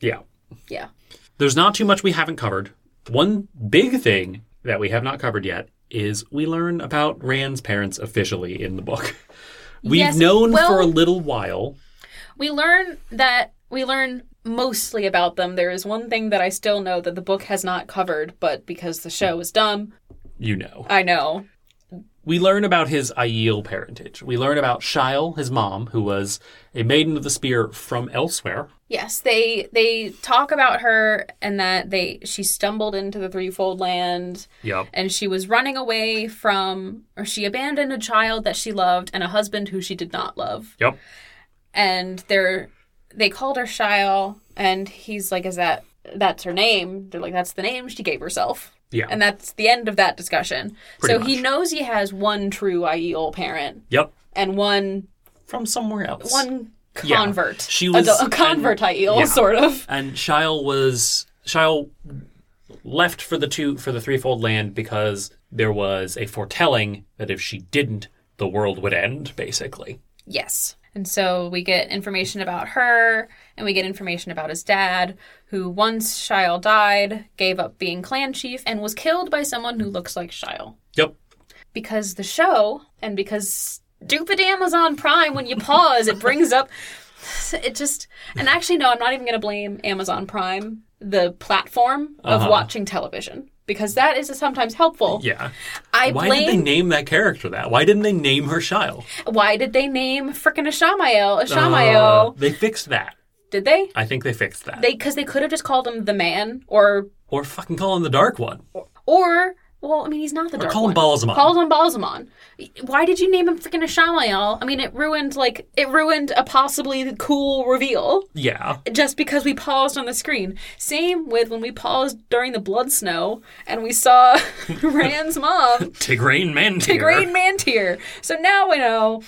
C: Yeah.
B: Yeah.
C: There's not too much we haven't covered. One big thing that we have not covered yet is we learn about Rand's parents officially in the book. We've
B: Yes,
C: known
B: well-
C: for a little while.
B: We learn that we learn mostly about them. There is one thing that I still know that the book has not covered, but because the show is dumb,
C: You know.
B: I know
C: We learn about his Aiel parentage. We learn about Shile, his mom, who was a maiden of the spear from elsewhere.
B: Yes, they they talk about her and that they she stumbled into the threefold land
C: Yep.
B: and she was running away from or she abandoned a child that she loved and a husband who she did not love.
C: Yep.
B: And they're they called her Shile and he's like, Is that that's her name? They're like, That's the name she gave herself.
C: Yeah.
B: And that's the end of that discussion.
C: Pretty
B: so he
C: much.
B: knows he has one true Aiel parent
C: yep.
B: and one
C: From somewhere else.
B: one
C: Yeah.
B: convert.
C: She was-
B: a, a convert Aiel,
C: yeah.
B: sort of.
C: And Shile was Shile left for the two for the threefold land because there was a foretelling that if she didn't, the world would end, basically.
B: Yes. And so we get information about her and we get information about his dad, who once Shile died, gave up being clan chief, and was killed by someone who looks like Shile.
C: Yep.
B: Because the show, and because stupid Amazon Prime, when you pause, it brings up. It just. And actually, no, I'm not even going to blame Amazon Prime, the platform of
C: Uh-huh.
B: watching television, because that is sometimes helpful.
C: Yeah.
B: I
C: Why
B: blame.
C: did they name that character that? Why didn't they name her Shile?
B: why did they name frickin' Ashamael?
C: Uh,
B: Ashamael.
C: they fixed that.
B: did they?
C: I think they fixed that.
B: They because they could have just called him the man or
C: or fucking call him the Dark One.
B: or well, I mean he's not the dark
C: call him
B: one.
C: Balzamon.
B: Call him Balzamon. Why did you name him freaking Ashamael? I mean it ruined like it ruined a possibly cool reveal
C: Yeah.
B: just because we paused on the screen. Same with when we paused during the blood snow and we saw Rand's mom,
C: Tigraine Mandir.
B: Tigraine Mantir. So now we know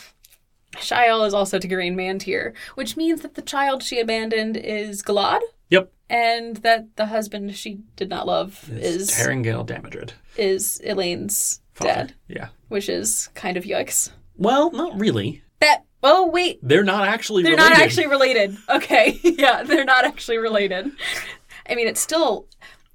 B: Shiel is also Tigraine Mantir, which means that the child she abandoned is Galad.
C: Yep.
B: and that the husband she did not love is
C: Tarangale Damodred.
B: is Elaine's dad,
C: Yeah.
B: which is kind of yikes.
C: Well, not really.
B: That oh wait,
C: They're not actually
B: they're
C: related.
B: not actually related. Okay, yeah, they're not actually related. I mean, it's still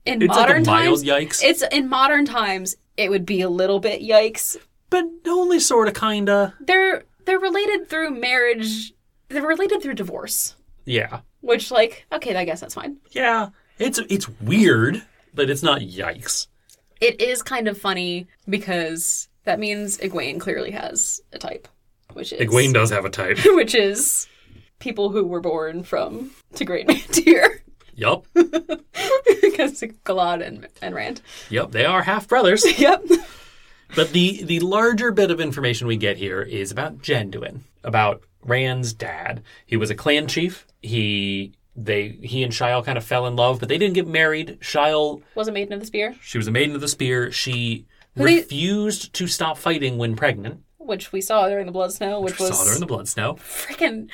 B: in
C: It's like a
B: modern
C: mild
B: times.
C: yikes.
B: It's in modern times. It would be a little bit yikes.
C: but only sort of kinda.
B: They're they're related through marriage. They're related through divorce,
C: Yeah.
B: which like okay, I guess that's fine.
C: Yeah. It's it's weird, but it's not yikes.
B: it is kind of funny because that means Egwene clearly has a type, which is
C: Egwene does have a type.
B: which is people who were born from to Great Mantir
C: Yup.
B: because Galad and, and Rand.
C: Yup. They are half brothers.
B: Yep.
C: But the the larger bit of information we get here is about Janduin, about Rand's dad. He was a clan chief. He they he and Shiel kind of fell in love, but they didn't get married. Shiel,
B: Was a maiden of the spear,
C: she was a maiden of the spear. She
B: Who they-
C: refused to stop fighting when pregnant.
B: which we saw during the Blood Snow, which,
C: We
B: was
C: saw her in the blood snow.
B: freaking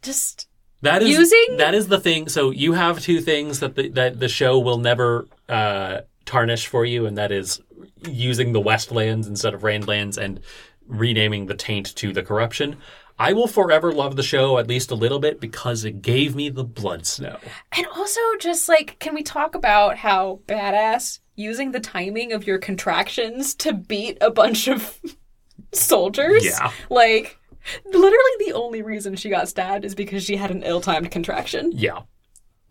B: just
C: That is
B: Using-
C: that is the thing. So you have two things that the that the show will never uh, tarnish for you, and that is using the Westlands instead of Randlands and renaming the taint to the corruption. I will forever love the show at least a little bit because it gave me the blood snow.
B: And also, just like, can we talk about how badass using the timing of your contractions to beat a bunch of soldiers?
C: Yeah.
B: Like, literally, the only reason she got stabbed is because she had an ill timed contraction,
C: Yeah,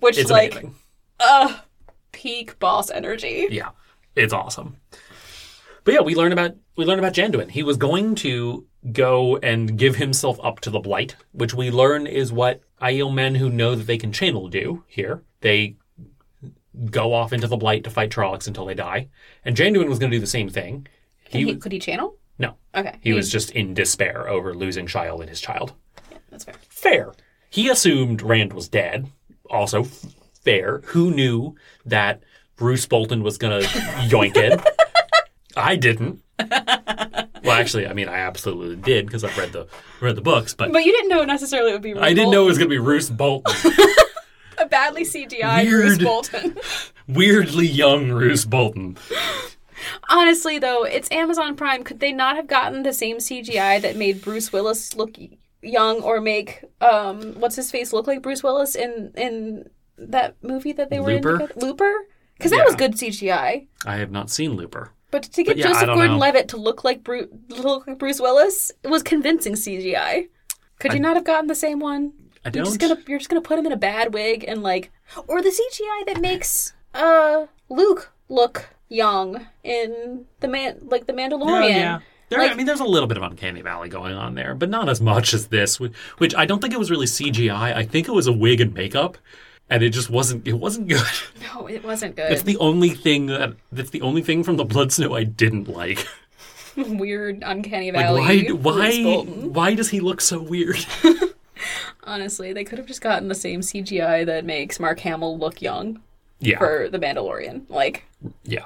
B: which,
C: it's
B: like,
C: amazing.
B: uh, peak boss energy.
C: Yeah, it's awesome. But yeah, we learn about we learn about Janduin. He was going to go and give himself up to the blight, which we learn is what Aiel men who know that they can channel do here. They go off into the blight to fight Trollocs until they die, and Janduin was going to do the same thing.
B: Can
C: He
B: he,
C: was,
B: could he channel?
C: no,
B: Okay.
C: he was just in despair over losing Shiel and his child.
B: That's fair.
C: Fair. He assumed Rand was dead. Also f- fair. Who knew that Bruce Bolton was going to yoink it? I didn't. Well, actually, I mean, I absolutely did because I've read the read the books, but,
B: But you didn't know necessarily it would be.
C: I didn't know it was going to be Bruce Bolton.
B: a badly CGI Bruce
C: Weird.
B: Bolton.
C: Weirdly young Bruce Bolton.
B: Honestly, though, it's Amazon Prime. Could they not have gotten the same CGI that made Bruce Willis look y- young, or make um, what's his face look like Bruce Willis in in that movie that they were
C: Looper?
B: in? together? Looper, because that was
C: Yeah.
B: good CGI.
C: I have not seen Looper.
B: But to get
C: yeah, I
B: Joseph
C: don't
B: Gordon-Levitt to look like Bruce look like Bruce Willis was convincing CGI. Could you not have gotten the same one?
C: I
B: You're
C: don't.
B: just gonna you're just gonna put him in a bad wig and like, or the CGI that makes uh Luke look young in the man like the Mandalorian.
C: Oh, yeah. There, I
B: Like-
C: mean, there's a little bit of uncanny valley going on there, but not as much as this, which, which I don't think it was really CGI. I think it was a wig and makeup, and it just wasn't. It wasn't good.
B: No, it wasn't good.
C: That's the only thing that that's the only thing from the Blood Snow I didn't like.
B: Weird, uncanny
C: Like
B: valley.
C: why?
B: Bruce
C: Why?
B: Bolton.
C: Why does he look so weird?
B: Honestly, they could have just gotten the same CGI that makes Mark Hamill look young
C: Yeah.
B: for the Mandalorian. Like,
C: Yeah.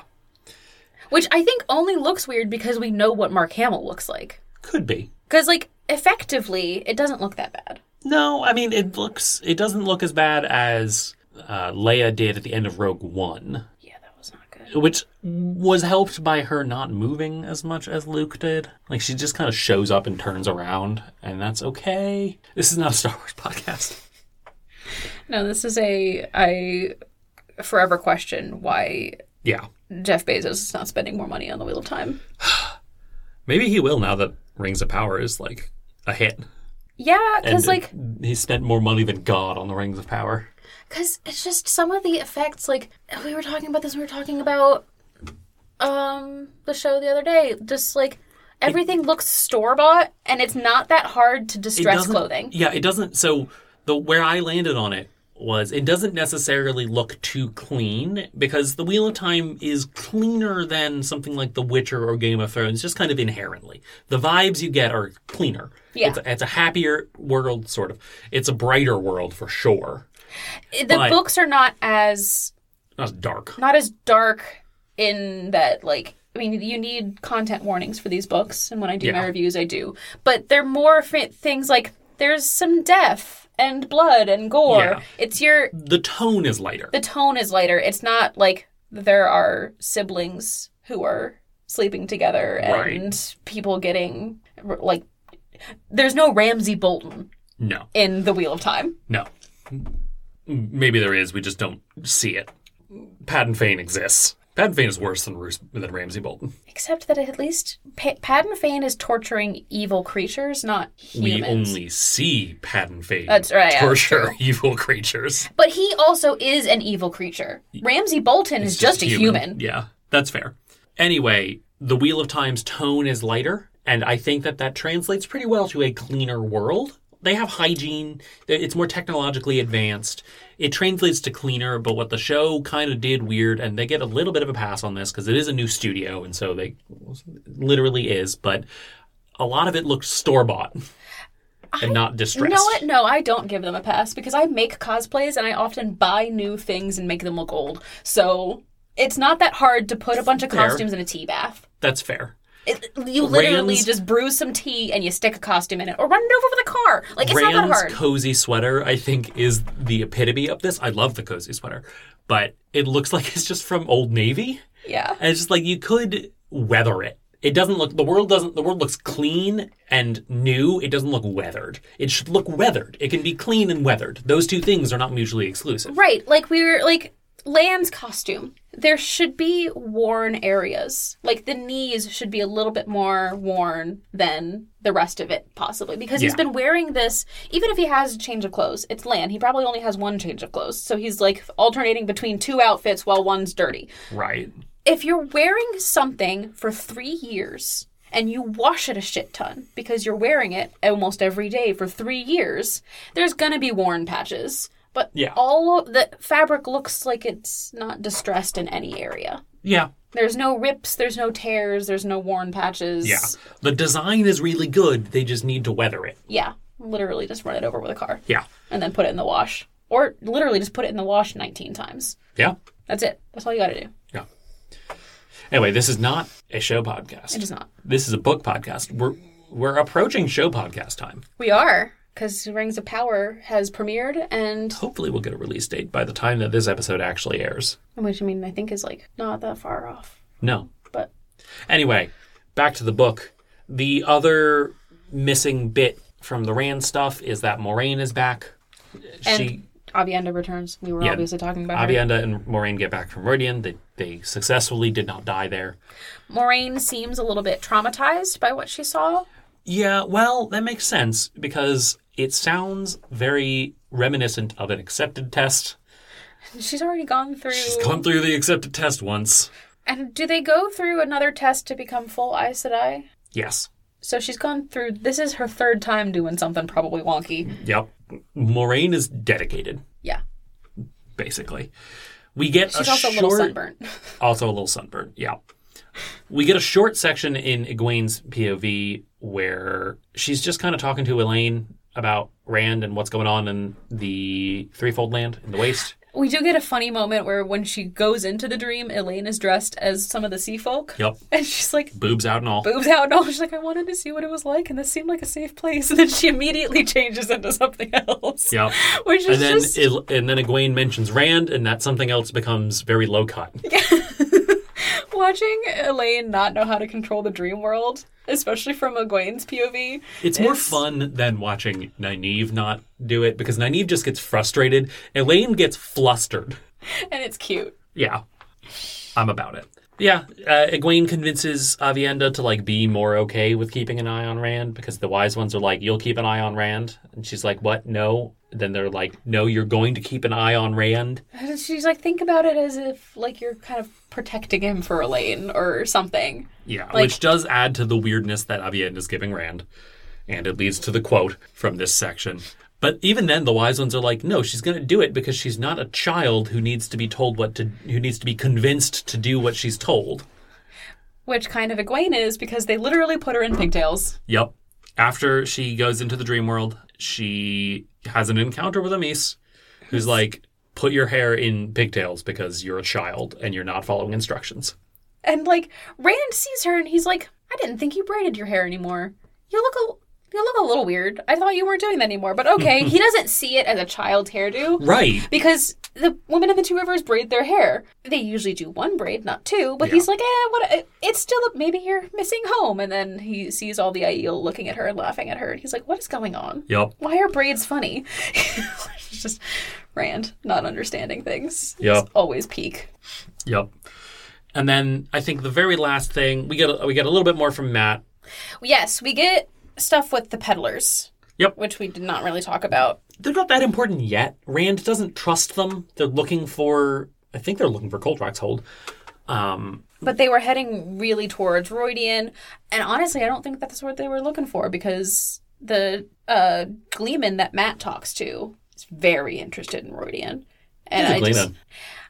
B: which I think only looks weird because we know what Mark Hamill looks like.
C: Could be.
B: Because like effectively, it doesn't look that bad.
C: No, I mean it looks. It doesn't look as bad as uh, Leia did at the end of Rogue One,
B: Yeah, that was not good.
C: which was helped by her not moving as much as Luke did. Like she just kind of shows up and turns around, and that's okay. This is not a Star Wars podcast.
B: No, this is a I forever question why
C: Yeah.
B: Jeff Bezos is not spending more money on the Wheel of Time.
C: Maybe he will now that Rings of Power is like a hit.
B: Yeah,
C: And
B: because like,
C: he spent more money than God on the Rings of Power.
B: because it's just some of the effects. Like we were talking about this, we were talking about um the show the other day. Just like everything looks store bought, and it's not that hard to distress clothing.
C: Yeah, it doesn't. So the where I landed on it was it doesn't necessarily look too clean because the Wheel of Time is cleaner than something like The Witcher or Game of Thrones, just kind of inherently. The vibes you get are cleaner.
B: Yeah.
C: It's a, it's a happier world, sort of. It's a brighter world for sure.
B: The
C: e- but-
B: books are not as
C: Not as dark.
B: not as dark in that like I mean you need content warnings for these books and when I do
C: Yeah.
B: my reviews I do but they're more fi- things like there's some death and blood and gore
C: Yeah.
B: it's your
C: The tone is lighter.
B: the tone is lighter it's not like there are siblings who are sleeping together and people getting like there's no Ramsey Bolton
C: No,
B: in the Wheel of Time
C: no. Maybe there is. We just don't see it. Patton Fane exists. Patton Fane is worse than Roos- than Ramsey Bolton.
B: except that at least pa- Padma Fane is torturing evil creatures not
C: we
B: humans
C: only see Patton Fane
B: That's right, yeah,
C: torture evil creatures.
B: But he also is an evil creature. Ramsey Bolton is just, a human.
C: Yeah, that's fair. Anyway, the Wheel of Time's tone is lighter, and I think that that translates pretty well to a cleaner world. they have hygiene. They- It's more technologically advanced. It translates to cleaner, but what the show kind of did weird, and they get a little bit of a pass on this because it is a new studio, and so they literally is. But a lot of it looked store bought and not
B: You
C: distressed.
B: know what? No, I don't give them a pass because I make cosplays and I often buy new things and make them look old. So it's not that hard to put a bunch of
C: Fair.
B: costumes in a tea bath.
C: That's fair.
B: It, you literally
C: Rand's-
B: just brew some tea and you stick a costume in it or run it over with a car. Like, it's not that
C: Rand's
B: hard.
C: cozy sweater, I think, is the epitome of this. I love the cozy sweater, but it looks like it's just from Old Navy.
B: yeah.
C: And it's just like you could weather it. It doesn't look the world doesn't the world looks clean and new. It doesn't look weathered. It should look weathered. It can be clean and weathered. Those two things are not mutually exclusive.
B: Right. Like we were like Land's costume. There should be worn areas. Like the knees should be a little bit more worn than the rest of it possibly because he's
C: Yeah.
B: been wearing this even if he has a change of clothes. It's Land. He probably only has one change of clothes. So he's like alternating between two outfits while one's dirty.
C: Right.
B: If you're wearing something for 3 years and you wash it a shit ton because you're wearing it almost every day for 3 years, there's going to be worn patches. But
C: Yeah.
B: all of the fabric looks like it's not distressed in any area.
C: Yeah.
B: There's no rips, there's no tears, there's no worn patches.
C: Yeah. The design is really good. They just need to weather it.
B: Yeah. Literally just run it over with a car
C: Yeah.
B: and then put it in the wash. Or literally just put it in the wash 19 times.
C: Yeah.
B: That's it. That's all you got to do.
C: Yeah. Anyway, this is not a show podcast.
B: It is not.
C: This is a book podcast. We're we're approaching show podcast time.
B: We are cuz Rings of Power has premiered and
C: Hopefully, we'll get a release date by the time that this episode actually airs.
B: which I mean I think is like not that far off.
C: No,
B: But
C: Anyway, back to the book. The other missing bit from the Rand stuff is that Moraine is back.
B: and
C: she,
B: Avienda returns. We were
C: Yeah.
B: obviously talking about her.
C: Avienda and Moraine get back from Meridian. They, they successfully did not die there.
B: Moraine seems a little bit traumatized by what she saw.
C: Yeah, well, that makes sense because it sounds very reminiscent of an accepted test.
B: She's already gone through.
C: She's gone through the accepted test once.
B: And do they go through another test to become full Aes Sedai?
C: Yes.
B: So she's gone through. This is her third time doing something probably wonky.
C: Yep. Moraine is dedicated,
B: Yeah.
C: basically. We get
B: She's
C: a
B: also
C: short...
B: a little sunburnt.
C: Also a little sunburned. Yeah. We get a short section in Egwene's POV where she's just kind of talking to Elaine about Rand and what's going on in the threefold land in the waste.
B: we do get a funny moment where when she goes into the dream, Elaine is dressed as some of the sea folk.
C: Yep.
B: And she's like,
C: Boobs out and all.
B: boobs out and all. She's like, I wanted to see what it was like, and this seemed like a safe place. And then she immediately changes into something else.
C: Yep.
B: Which is
C: And then
B: just.
C: El- and then Egwene mentions Rand and that something else becomes very low cut.
B: Watching Elaine not know how to control the dream world, especially from Egwene's POV,
C: It's more fun than watching Nynaeve not do it because Nynaeve just gets frustrated. Elaine gets flustered.
B: and it's cute.
C: Yeah, I'm about it. Yeah, uh, Egwene convinces Avienda to like be more okay with keeping an eye on Rand because the wise ones are like, "You'll keep an eye on Rand," and she's like, "What? No." Then they're like, "No, you're going to keep an eye on Rand."
B: And she's like, think about it as if like you're kind of protecting him for Elaine or something.
C: Yeah,
B: Like-
C: which does add to the weirdness that Avienda is giving Rand, and it leads to the quote from this section. But even then, the wise ones are like, "No, she's going to do it because she's not a child who needs to be told what to, who needs to be convinced to do what she's told."
B: Which kind of Egwene is because they literally put her in pigtails.
C: Yep. After she goes into the dream world, she has an encounter with Amis, who's like, put your hair in pigtails because you're a child and you're not following instructions.
B: And like Rand sees her and he's like, I didn't think you braided your hair anymore. You look a you look a little weird. I thought you weren't doing that anymore. But okay, he doesn't see it as a child's hairdo.
C: Right.
B: because the women of the two rivers braid their hair. They usually do one braid, not two. But
C: Yeah.
B: he's like, eh, what? It's still a, maybe you're missing home. And then he sees all the Aiel looking at her and laughing at her, and he's like, what is going on?
C: Yep.
B: Why are braids funny? It's just Rand not understanding things.
C: Yeah.
B: It's always peak.
C: Yep. And then I think the very last thing we get we get a little bit more from Matt.
B: Yes, we get stuff with the peddlers.
C: Yep.
B: Which we did not really talk about.
C: They're not that important yet. Rand doesn't trust them. They're looking for I think they're looking for Coldrock's hold. Um,
B: But they were heading really towards Roydian. And honestly, I don't think that's what they were looking for because the uh, Gleeman that Matt talks to is very interested in Roydian. And I just,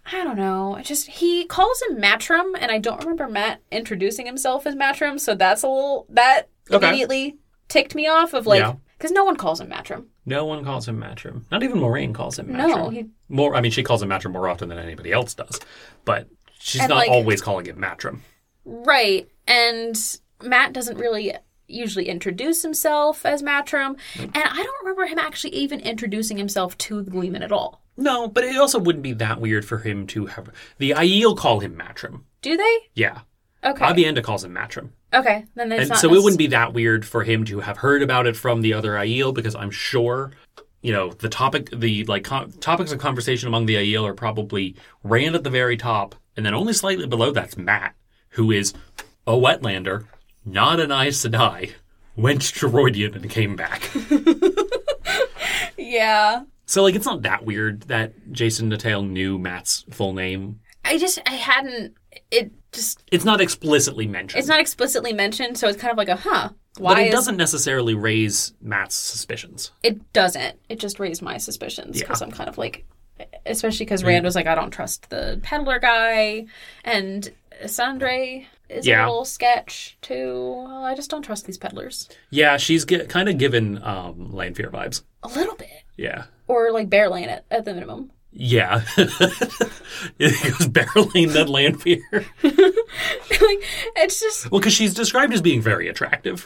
B: I don't know. I just he calls him Matrim, and I don't remember Matt introducing himself as Matrim, so that's a little that
C: Okay.
B: immediately ticked me off of like
C: Yeah.
B: because no one calls him Matrim.
C: No one calls him Matrim. Not even Maureen calls him Matrim.
B: No, he,
C: More, I mean, she calls him Matrim more often than anybody else does, but she's
B: And,
C: not
B: like-
C: always calling him Matrim.
B: right, and Matt doesn't really usually introduce himself as Matrim, and I don't remember him actually even introducing himself to the Gleeman at all.
C: No, but it also wouldn't be that weird for him to have. The Aiel call him Matrim.
B: Do they?
C: Yeah.
B: Okay.
C: Abienda calls him Matrim.
B: okay. Then it's
C: and
B: not
C: so it
B: necess-
C: wouldn't be that weird for him to have heard about it from the other Aiel because I'm sure, you know, the topic, the like con- topics of conversation among the Aiel are probably Rand at the very top, and then only slightly below that's Matt, who is a wetlander, not an Aes Sedai, went to Roydian and came back.
B: Yeah.
C: so like it's not that weird that Jason Natale knew Matt's full name.
B: I just I hadn't. It just
C: It's not explicitly mentioned.
B: it's not explicitly mentioned, so it's kind of like a huh. Why
C: but it
B: is
C: doesn't necessarily raise Matt's suspicions.
B: It doesn't. It just raised my suspicions because I'm kind of like, especially because Rand was like, I don't trust the peddler guy, and Sandre is
C: Yeah.
B: a little sketch too. Uh, I just don't trust these peddlers
C: Yeah, she's get, kind of given um, Lanfear vibes.
B: a little bit,
C: Yeah.
B: or like barreling it at the minimum.
C: Yeah. it goes barreling that Lanfear.
B: like it's just,
C: Well, because she's described as being very attractive.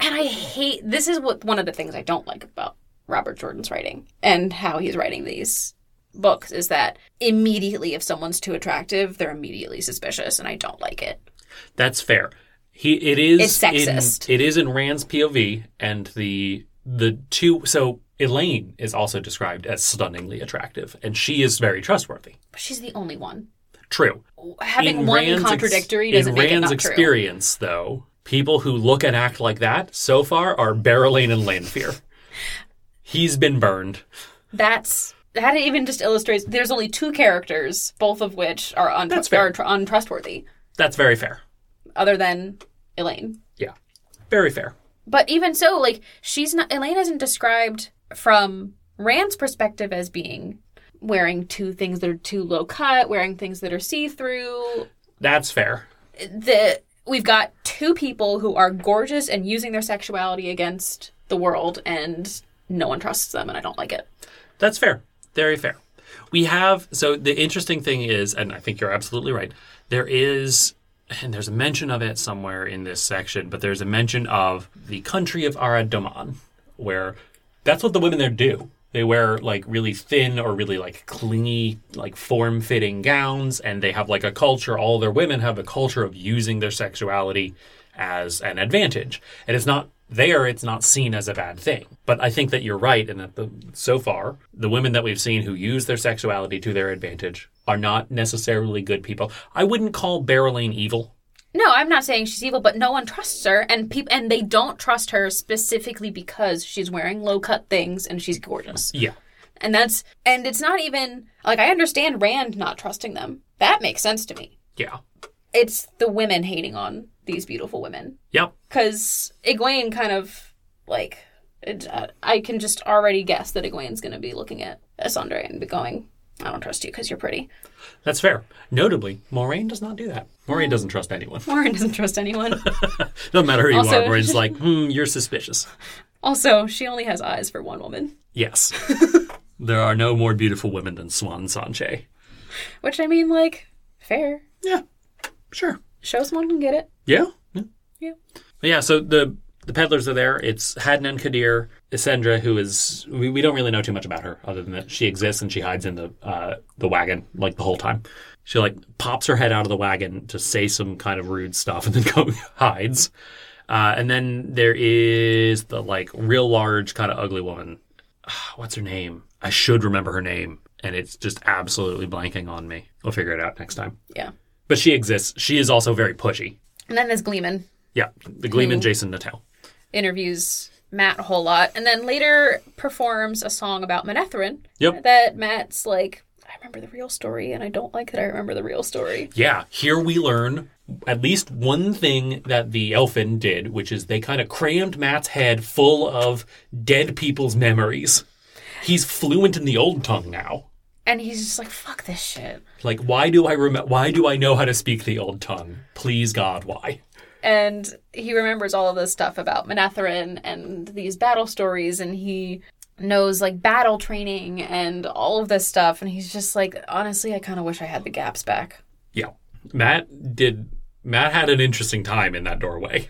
B: and I hate. This is what one of the things I don't like about Robert Jordan's writing and how he's writing these books is that immediately if someone's too attractive, they're immediately suspicious, and I don't like it.
C: That's fair. He it is
B: It's sexist.
C: in- it is in Rand's POV and the the two so Elaine is also described as stunningly attractive and she is very trustworthy.
B: But she's the only one.
C: True.
B: having
C: in
B: one
C: Rand's ex-
B: contradictory doesn't
C: in
B: make
C: Rand's
B: it not
C: experience though, people who look and act like that so far are Barreling and Lanfear. He's been burned.
B: true. That's that even just illustrates. There's only two characters, both of which are, un-
C: That's fair.
B: are tr- untrustworthy,
C: That's very fair.
B: other than Elaine.
C: Yeah. Very fair.
B: But even so, like she's not. Elaine isn't described from Rand's perspective as being wearing two things that are too low cut, wearing things that are see through.
C: That's fair.
B: The we've got two people who are gorgeous and using their sexuality against the world, and no one trusts them, and I don't like it.
C: That's fair. Very fair. We have so the interesting thing is, and I think you're absolutely right. There is, and there's a mention of it somewhere in this section, but there's a mention of the country of Arad Doman, where that's what the women there do. They wear like really thin or really like clingy, like form fitting gowns, and they have like a culture. All their women have a culture of using their sexuality as an advantage. And it's not there, it's not seen as a bad thing. But I think that you're right, and that the, so far, the women that we've seen who use their sexuality to their advantage are not necessarily good people. I wouldn't call Barreline evil.
B: No, I'm not saying she's evil, but no one trusts her, and people and they don't trust her specifically because she's wearing low cut things and she's gorgeous,
C: Yeah.
B: and that's and it's not even like I understand Rand not trusting them. That makes sense to me.
C: Yeah.
B: It's the women hating on these beautiful women
C: Yep.
B: because Egwene kind of like it, uh, I can just already guess that Egwene's going to be looking at Asandre and be going, "I don't trust you because you're pretty."
C: That's fair. Notably, Moraine does not do that. Moraine doesn't trust anyone.
B: Warren doesn't trust anyone.
C: Doesn't matter who you
B: Also-
C: are, Moraine's like, hmm, you're suspicious.
B: also, she only has eyes for one woman.
C: Yes. there are no more beautiful women than Swan Sanche.
B: Which I mean, like, fair.
C: Yeah. Sure.
B: Show someone can get it.
C: Yeah. Yeah.
B: Yeah.
C: But yeah, so the the peddlers are there. It's Hadnan Kadir, Isendra, who is we, we don't really know too much about her other than that she exists and she hides in the uh, the wagon like the whole time. She like pops her head out of the wagon to say some kind of rude stuff and then go hides. Uh, and then there is the like real large kind of ugly woman. What's her name? I should remember her name, and it's just absolutely blanking on me. We'll figure it out next time.
B: Yeah.
C: But she exists. She is also very pushy.
B: And then there's Gleeman
C: Yeah, the Gleeman Jason Nattel.
B: interviews Matt a whole lot, and then later performs a song about Manetherin.
C: Yep.
B: That Matt's like,
D: I remember the real story, and I don't like that I remember the real story.
C: Yeah, here we learn at least one thing that the elfin did, which is they kind of crammed Matt's head full of dead people's memories. He's fluent in the old tongue now.
E: And he's just like, fuck this shit.
C: Like, why do I remember? Why do I know how to speak the old tongue? Please God, why?
D: And he remembers all of this stuff about Manetherin and these battle stories, and he knows like battle training and all of this stuff. And he's just like, honestly, I kind of wish I had the gaps back.
C: Yeah, Matt did. Matt had an interesting time in that doorway.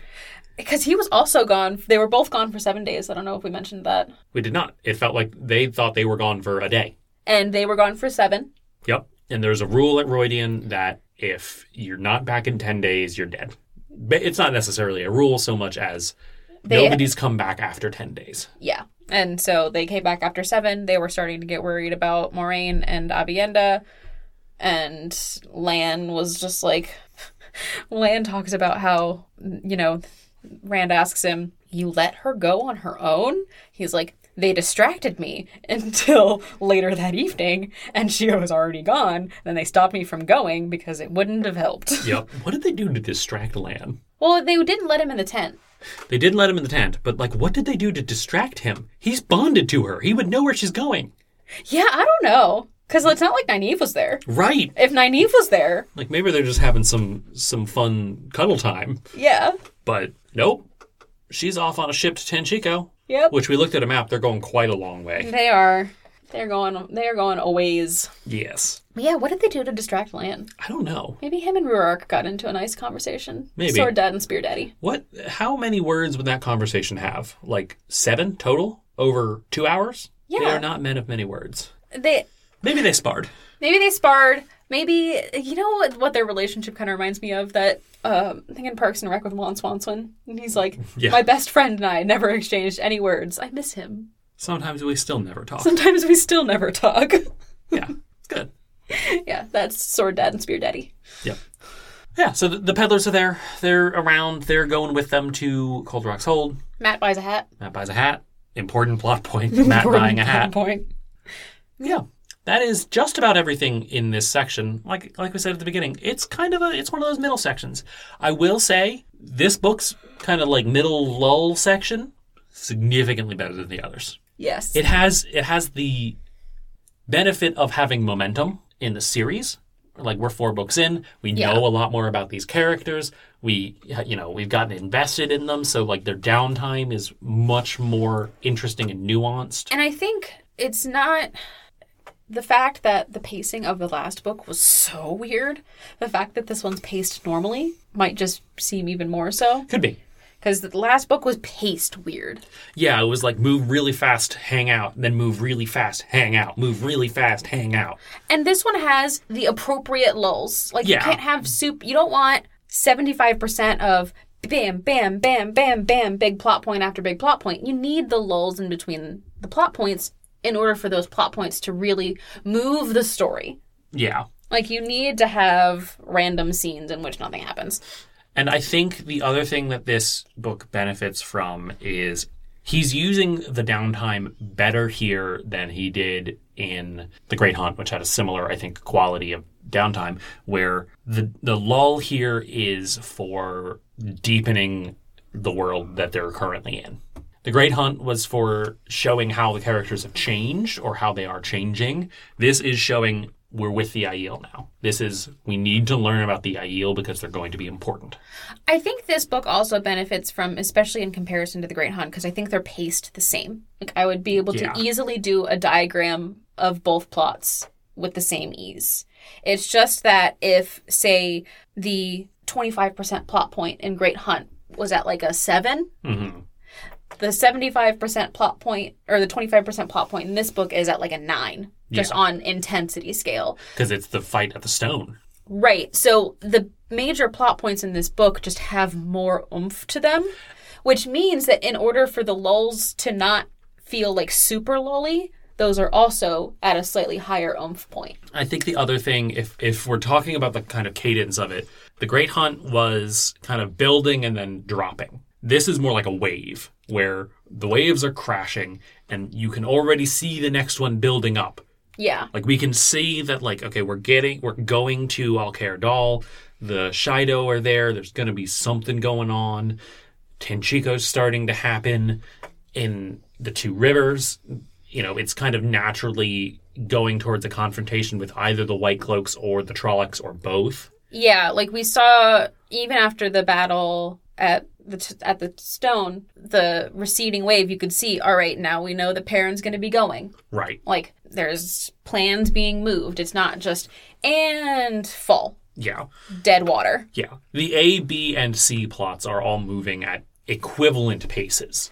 D: Because he was also gone. They were both gone for seven days. I don't know if we mentioned that.
C: We did not. It felt like they thought they were gone for a day.
D: And they were gone for seven.
C: Yep. And there's a rule at Roydian that if you're not back in 10 days, you're dead. But it's not necessarily a rule so much as
D: They-
C: nobody's come back after 10 days.
D: Yeah. And so they came back after seven. They were starting to get worried about Moraine and Abienda. And Lan was just like, Lan talks about how, you know, Rand asks him, You let her go on her own? He's like, They distracted me until later that evening, and she was already gone. Then they stopped me from going because it wouldn't have helped.
C: Yep. what did they do to distract Lan?
D: Well, they didn't let him in the tent.
C: They did let him in the tent, but like, what did they do to distract him? He's bonded to her. He would know where she's going.
D: Yeah, I don't know. Because it's not like Nynaeve was there.
C: Right.
D: If Nynaeve was there,
C: Like maybe they're just having some some fun cuddle time,
D: yeah.
C: but nope. She's off on a ship to Tenchico,
D: Yep.
C: which we looked at a map. They're going quite a long way.
D: They are. They're going. They are going a ways.
C: Yes.
D: But yeah. What did they do to distract Lan?
C: I don't know.
D: Maybe him and Ruark got into a nice conversation.
C: Maybe.
D: Sword Dad and Spear Daddy.
C: What? How many words would that conversation have? Like seven total over two hours? They
D: Yeah.
C: are not men of many words.
D: They
C: Maybe they sparred.
D: maybe they sparred. Maybe you know what, what their relationship kind of reminds me of that um, thing in Parks and Rec with Juan Swanson, and he's like,
C: Yeah.
D: "My best friend and I never exchanged any words. I miss him.
C: Sometimes we still never talk.
D: Sometimes we still never talk."
C: yeah, it's good.
D: yeah, that's Sword Dad and Spear Daddy.
C: Yep. Yeah. So the, the peddlers are there. They're around. They're going with them to Cold Rock's Hold.
D: Matt buys a hat.
C: Matt buys a hat. Important plot point. Matt buying a hat.
D: Point.
C: Yeah. That is just about everything in this section. Like like we said at the beginning, it's kind of a it's one of those middle sections. I will say this book's kind of like middle lull section significantly better than the others.
D: Yes.
C: It has it has the benefit of having momentum in the series. Like we're four books in, we
D: Yeah.
C: know a lot more about these characters. We you know, we've gotten invested in them, so like their downtime is much more interesting and nuanced.
D: And I think it's not the fact that the pacing of the last book was so weird. The fact that this one's paced normally might just seem even more so
C: Could be.
D: because the last book was paced weird.
C: Yeah, it was like move really fast, hang out, then move really fast, hang out, move really fast, hang out.
D: And this one has the appropriate lulls. Like you
C: Yeah.
D: can't have soup. You don't want 75% of bam bam bam bam bam big plot point after big plot point. You need the lulls in between the plot points in order for those plot points to really move the story.
C: Yeah.
D: Like you need to have random scenes in which nothing happens.
C: And I think the other thing that this book benefits from is he's using the downtime better here than he did in The Great Hunt, which had a similar, I think, quality of downtime, where the the lull here is for deepening the world that they're currently in. The Great Hunt was for showing how the characters have changed or how they are changing. This is showing we're with the Aiel now. This is we need to learn about the Aiel because they're going to be important.
D: I think this book also benefits from, especially in comparison to The Great Hunt, because I think they're paced the same. Like I would be able
C: Yeah.
D: to easily do a diagram of both plots with the same ease. It's just that if, say, the 25% plot point in Great Hunt was at like a seven,
C: hmm
D: the 75% plot point or the 25% plot point in this book is at like a nine, just
C: Yeah.
D: on intensity scale.
C: Because it's the fight at the stone.
D: Right. So the major plot points in this book just have more oomph to them, which means that in order for the lulls to not feel like super lully, those are also at a slightly higher oomph point.
C: I think the other thing, if if we're talking about the kind of cadence of it, the Great Hunt was kind of building and then dropping. This is more like a wave where the waves are crashing and you can already see the next one building up.
D: Yeah.
C: Like we can see that like okay, we're getting we're going to Alcair Dal. The Shido are there. There's going to be something going on. Tenchico's starting to happen in the two rivers. You know, it's kind of naturally going towards a confrontation with either the White Cloaks or the Trollocs or both.
D: Yeah, like we saw even after the battle at the t- at the stone, the receding wave, you could see, all right, now we know the Perrin's going to be going.
C: Right.
D: Like there's plans being moved. It's not just and fall,
C: Yeah.
D: dead water.
C: Yeah. The A, B, and C plots are all moving at equivalent paces.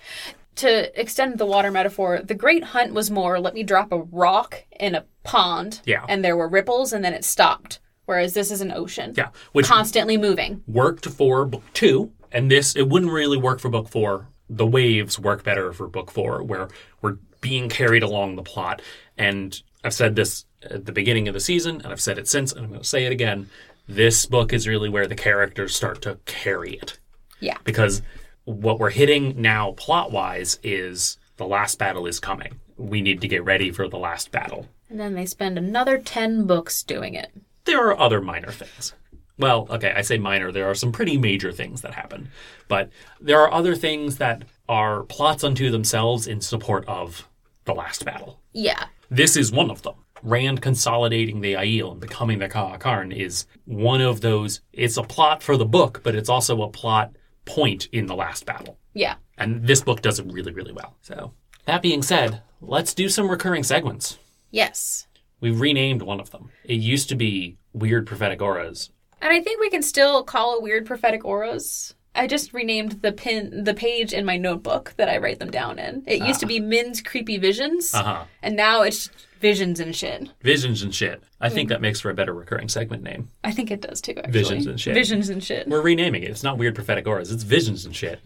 D: To extend the water metaphor, the great hunt was more let me drop a rock in a pond
C: Yeah.
D: and there were ripples and then it stopped, whereas this is an ocean.
C: Yeah. Which
D: Constantly moving.
C: worked for book two, and this it wouldn't really work for book four. The waves work better for book four, where we're being carried along the plot. And I've said this at the beginning of the season, and I've said it since, and I'm going to say it again. This book is really where the characters start to carry it.
D: Yeah.
C: Because what we're hitting now, plot wise, is the last battle is coming. We need to get ready for the last battle.
D: And then they spend another 10 books doing it.
C: there are other minor things. Well, okay, I say minor. There are some pretty major things that happen, but there are other things that are plots unto themselves in support of the last battle.
D: Yeah.
C: This is one of them. Rand consolidating the Aiel and becoming the Kaakarn is one of those. It's a plot for the book, but it's also a plot point in the last battle.
D: Yeah.
C: And this book does it really, really well. So, that being said, let's do some recurring segments.
D: Yes.
C: We've renamed one of them. It used to be Weird Prophetic Auras,
D: And I think we can still call it weird prophetic auras. I just renamed the pin the page in my notebook that I write them down in. It used to be Min's creepy visions,
C: Ah. Uh-huh.
D: and now it's visions and shit.
C: Visions and shit. I
D: Hmm.
C: think that makes for a better recurring segment name.
D: I think it does too. Actually,
C: Visions and shit.
D: Visions and shit.
C: We're renaming it. It's not Weird Prophetic Auras. It's Visions and shit.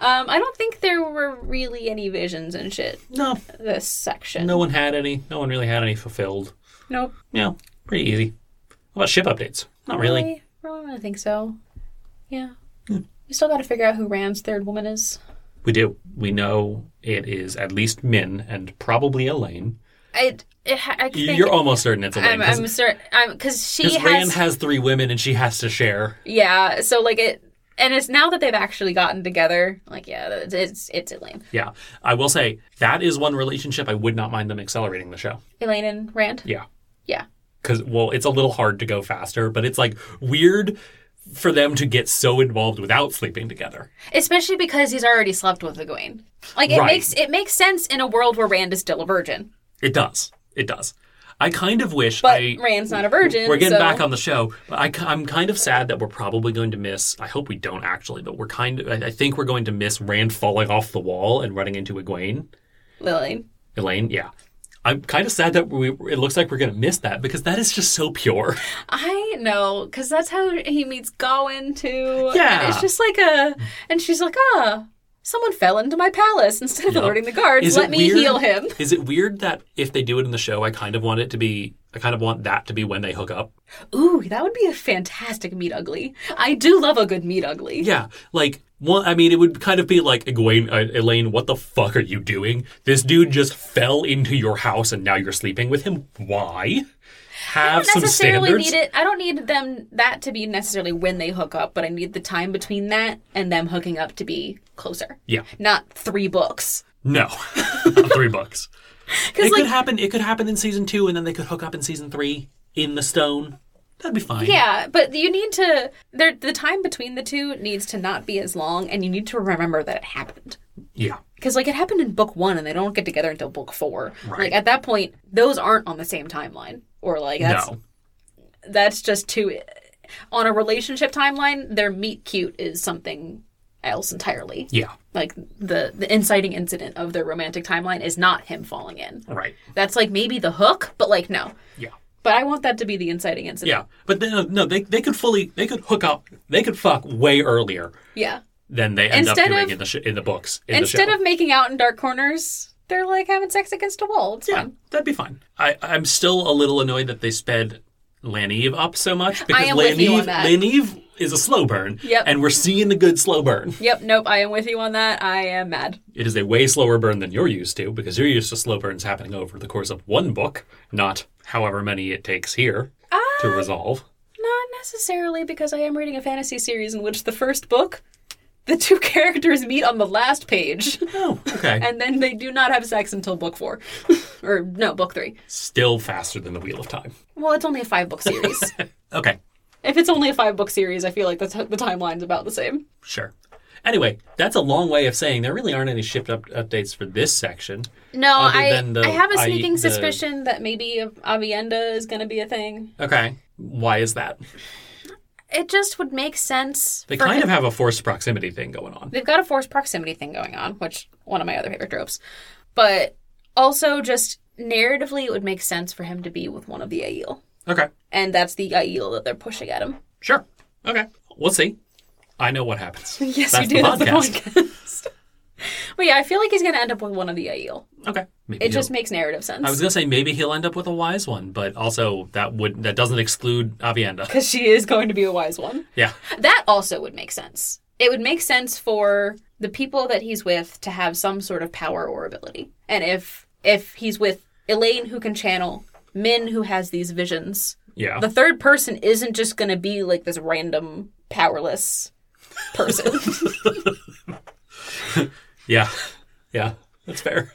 D: Um, I don't think there were really any visions and shit
C: No,
D: this section.
C: no one had any. No one really had any fulfilled.
D: nope.
C: You know, pretty easy. How about ship updates? Not really. Hmm.
D: Really, I don't think so. Yeah. We still got to figure out who Rand's third woman is.
C: We do. We know it is at least Min and probably Elaine.
D: I, it, ha- I think
C: You're almost certain it's Elaine.
D: I'm, I'm
C: Because
D: certain because she has
C: Rand has three women and she has to share.
D: Yeah, so like it, and it's now that they've actually gotten together. Like, yeah, it's it's, it's Elaine,
C: Yeah. I will say that is one relationship I would not mind them accelerating the show.
D: Elaine and Rand.
C: Yeah.
D: Yeah,
C: because well it's a little hard to go faster but it's like weird for them to get so involved without sleeping together
D: especially because he's already slept with Egwene. Like, it
C: Right.
D: makes it makes sense in a world where Rand is still a virgin,
C: it does it does i kind of wish
D: but
C: I,
D: Rand's not a virgin.
C: we're getting
D: so-
C: back on the show but I, am kind of sad that we're probably going to miss i hope we don't actually but we're kind of I, I think we're going to miss rand falling off the wall and running into egwene
D: Elaine.
C: elaine yeah i'm kind of sad that we it looks like we're going to miss that because that is just so pure
D: I know, because that's how he meets Gawain too.
C: Yeah.
D: and it's just like a, and she's like, ah, someone fell into my palace instead of alerting the guards.
C: Is it
D: let me
C: weird-
D: heal him.
C: is it weird that if they do it in the show i kind of want it to be i kind of want that to be when they hook up
D: Ooh, that would be a fantastic meet ugly. I do love a good meet ugly.
C: Yeah, like one. I mean, it would kind of be like Egwene, uh, Elaine. What the fuck are you doing? This dude just fell into your house, and now you're sleeping with him. Why? Have
D: don't
C: some
D: necessarily
C: standards.
D: need it. I don't need them that to be necessarily when they hook up, but I need the time between that and them hooking up to be closer.
C: Yeah.
D: Not three books.
C: No, Not three bucks.
D: Because
C: It
D: like
C: could happen. It could happen in season two, and then they could hook up in season three in the stone. That'd be fine.
D: yeah, but you need to there the time between the two needs to not be as long, and you need to remember that it happened.
C: yeah,
D: Because like it happened in book one, and they don't get together until book four. Like at that point, those aren't on the same timeline, or like that's
C: no,
D: that's just too on a relationship timeline. Their meet cute is something else entirely.
C: yeah,
D: like the the inciting incident of their romantic timeline is not him falling in.
C: right,
D: That's like maybe the hook, but like no.
C: yeah.
D: But I want that to be the inciting incident.
C: Yeah, but then, no, they, they could fully they could hook up they could fuck way earlier
D: Yeah.
C: than they end
D: Instead
C: up doing
D: of-
C: in the sh- in the books. In the
D: Instead
C: show.
D: of making out in dark corners, they're like having sex against a wall. It's
C: Yeah,
D: fine.
C: that'd be fine. I, I'm still a little annoyed that they sped Laneve up so much
D: am with you on that.
C: Laneve is a slow burn.
D: Yep.
C: And we're seeing a good slow burn.
D: Yep, nope, I am with you on that. I am mad.
C: It is a way slower burn than you're used to because you're used to slow burns happening over the course of one book, not however many it takes here
D: Ah.
C: to resolve.
D: Not necessarily because I am reading a fantasy series in which the first book, the two characters meet on the last page,
C: Oh, okay.
D: and then they do not have sex until book four. or, no, book three.
C: Still faster than the Wheel of Time.
D: Well, it's only a five book series.
C: Okay,
D: if it's only a five book series, I feel like the, t- the timeline's about the same.
C: sure. Anyway, that's a long way of saying there really aren't any shift up- updates for this section.
D: No,
C: Other
D: I,
C: than the-
D: I have a
C: I-
D: sneaking
C: the-
D: suspicion that maybe Avienda is going to be a thing.
C: Okay. Why is that?
D: It just would make sense.
C: They
D: for
C: kind
D: him-
C: of have a forced proximity thing going on.
D: They've got a forced proximity thing going on, which one of my other favorite tropes. But also, just narratively, it would make sense for him to be with one of the Aiel.
C: Okay.
D: And that's the Aiel that they're pushing at him.
C: Sure. Okay. We'll see. I know what happens.
D: Yes,
C: That's
D: you do.
C: the
D: That's the
C: podcast.
D: podcast. but yeah, I feel like he's going to end up with one of the Aiel.
C: Okay. Maybe
D: It
C: he'll-
D: just makes narrative sense.
C: I was gonna say maybe he'll end up with a wise one, but also that would that doesn't exclude Avienda.
D: Because she is going to be a wise one.
C: Yeah.
D: That also would make sense. It would make sense for the people that he's with to have some sort of power or ability. And if if he's with Elaine who can channel, Min who has these visions,
C: Yeah.
D: the third person isn't just going to be like this random powerless person.
C: Yeah. Yeah. That's fair.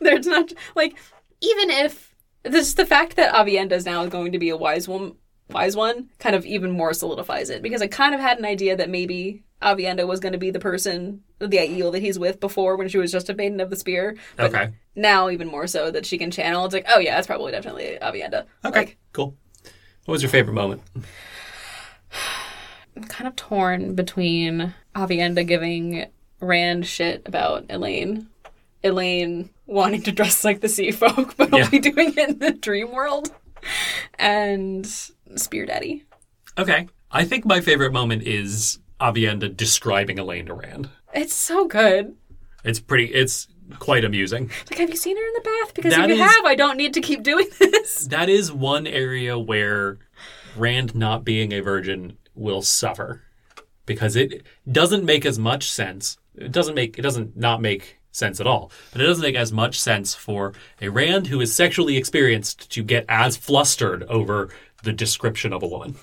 D: There's not like even if this the fact that Avienda is now going to be a wise one, wise one, kind of even more solidifies it because I kind of had an idea that maybe Avienda was going to be the person, the Aiel that he's with before when she was just a maiden of the spear. But
C: Okay.
D: Now even more so that she can channel. It's like, oh yeah, that's probably definitely Avienda.
C: Okay.
D: Like,
C: cool. What was your favorite moment?
D: I'm kind of torn between Avienda giving Rand shit about Elaine. Elaine wanting to dress like the sea folk, but
C: Yeah.
D: only doing it in the dream world. And Spear Daddy.
C: Okay. I think my favorite moment is Avienda describing Elaine Durand.
D: It's so good.
C: It's pretty it's quite amusing.
D: Like, have you seen her in the bath? Because
C: That
D: if you
C: is-
D: have, I don't need to keep doing this.
C: That is one area where Rand not being a virgin will suffer because it doesn't make as much sense. It doesn't make it doesn't not make sense at all. But it doesn't make as much sense for a Rand who is sexually experienced to get as flustered over the description of a woman.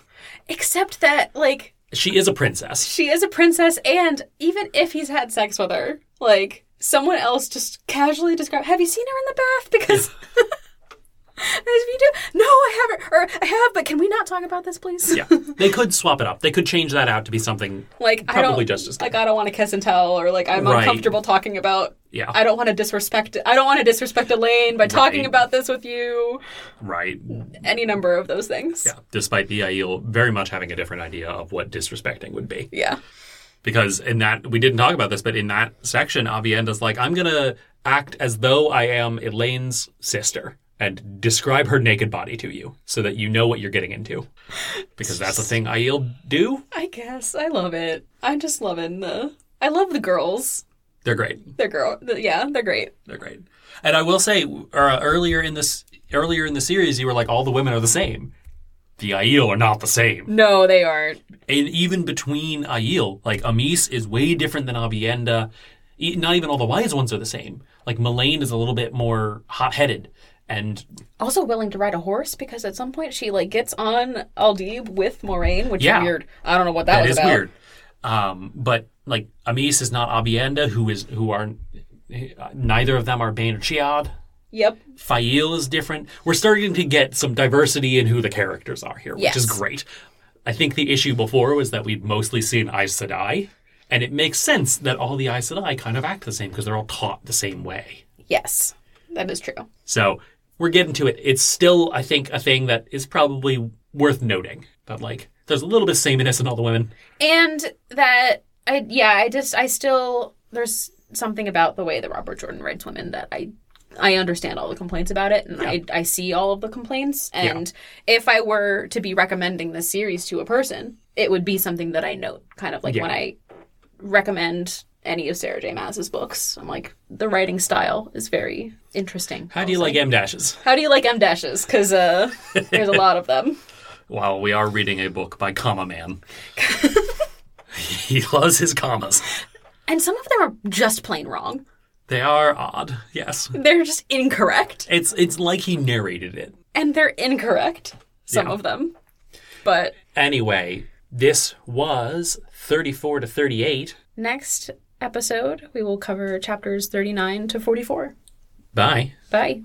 D: Except that, like,
C: She is a princess.
D: she is a princess, and even if he's had sex with her, like someone else just casually describe, "Have you seen her in the bath?" Because if you do, no, I haven't, or I have, but can we not talk about this, please?
C: Yeah. they could swap it up. They could change that out to be something
D: like I
C: Probably
D: don't,
C: just as good.
D: like I don't want to kiss and tell, or like I'm
C: Right.
D: uncomfortable talking about.
C: yeah.
D: I don't want to disrespect. I don't want to disrespect Elaine by talking
C: Right.
D: about this with you.
C: right.
D: Any number of those things.
C: Yeah. Despite the Aiel very much having a different idea of what disrespecting would be.
D: Yeah.
C: because in that we didn't talk about this, but in that section, Avienda's like, "I'm gonna act as though I am Elaine's sister and describe her naked body to you, so that you know what you're getting into, because that's a thing Aiel do.
D: I guess I love it. I'm just loving the. I love the girls.
C: They're great.
D: They're girl. The, yeah, they're great.
C: They're great. And I will say, uh, earlier in this, earlier in the series, you were like, all the women are the same. The Aiel are not the same.
D: No, they aren't.
C: And even between Aiel, like Amis is way different than Avienda. E- Not even all the wise ones are the same. Like Melaine is a little bit more hot headed. And
D: Also willing to ride a horse because at some point she like gets on Aldib with Moraine, which
C: Yeah.
D: is weird. I don't know what that,
C: that
D: was
C: is
D: about.
C: weird. Um, but like Amis is not Abienda, who is who are neither of them are Bane or Chiad.
D: Yep.
C: Fail is different. We're starting to get some diversity in who the characters are here, which is
D: Yes.
C: great. I think the issue before was that we'd mostly seen Aes Sedai, and it makes sense that all the Aes Sedai kind of act the same because they're all taught the same way.
D: Yes, that is true.
C: So we're getting to it. It's still, I think, a thing that is probably worth noting. That like, there's a little bit of sameness in all the women.
D: And that I yeah I just I still there's something about the way that Robert Jordan writes women that I I understand all the complaints about it and I I see all of the complaints and if I were to be recommending this series to a person it would be something that I note kind of like
C: Yeah.
D: when I recommend any of Sarah J Maas's books I'm like the writing style is very interesting
C: How do you
D: I'll
C: like
D: say.
C: M dashes?
D: How do you like M dashes cuz uh there's a lot of them
C: while we are reading a book by Comma Man. he loves his commas.
D: And some of them are just plain wrong.
C: They are odd, yes.
D: They're just incorrect.
C: It's it's like he narrated it.
D: And they're incorrect, some
C: Yeah.
D: of them. But
C: Anyway, this was 34 to 38.
F: Next episode, we will cover chapters 39 to 44.
C: Bye.
F: Bye.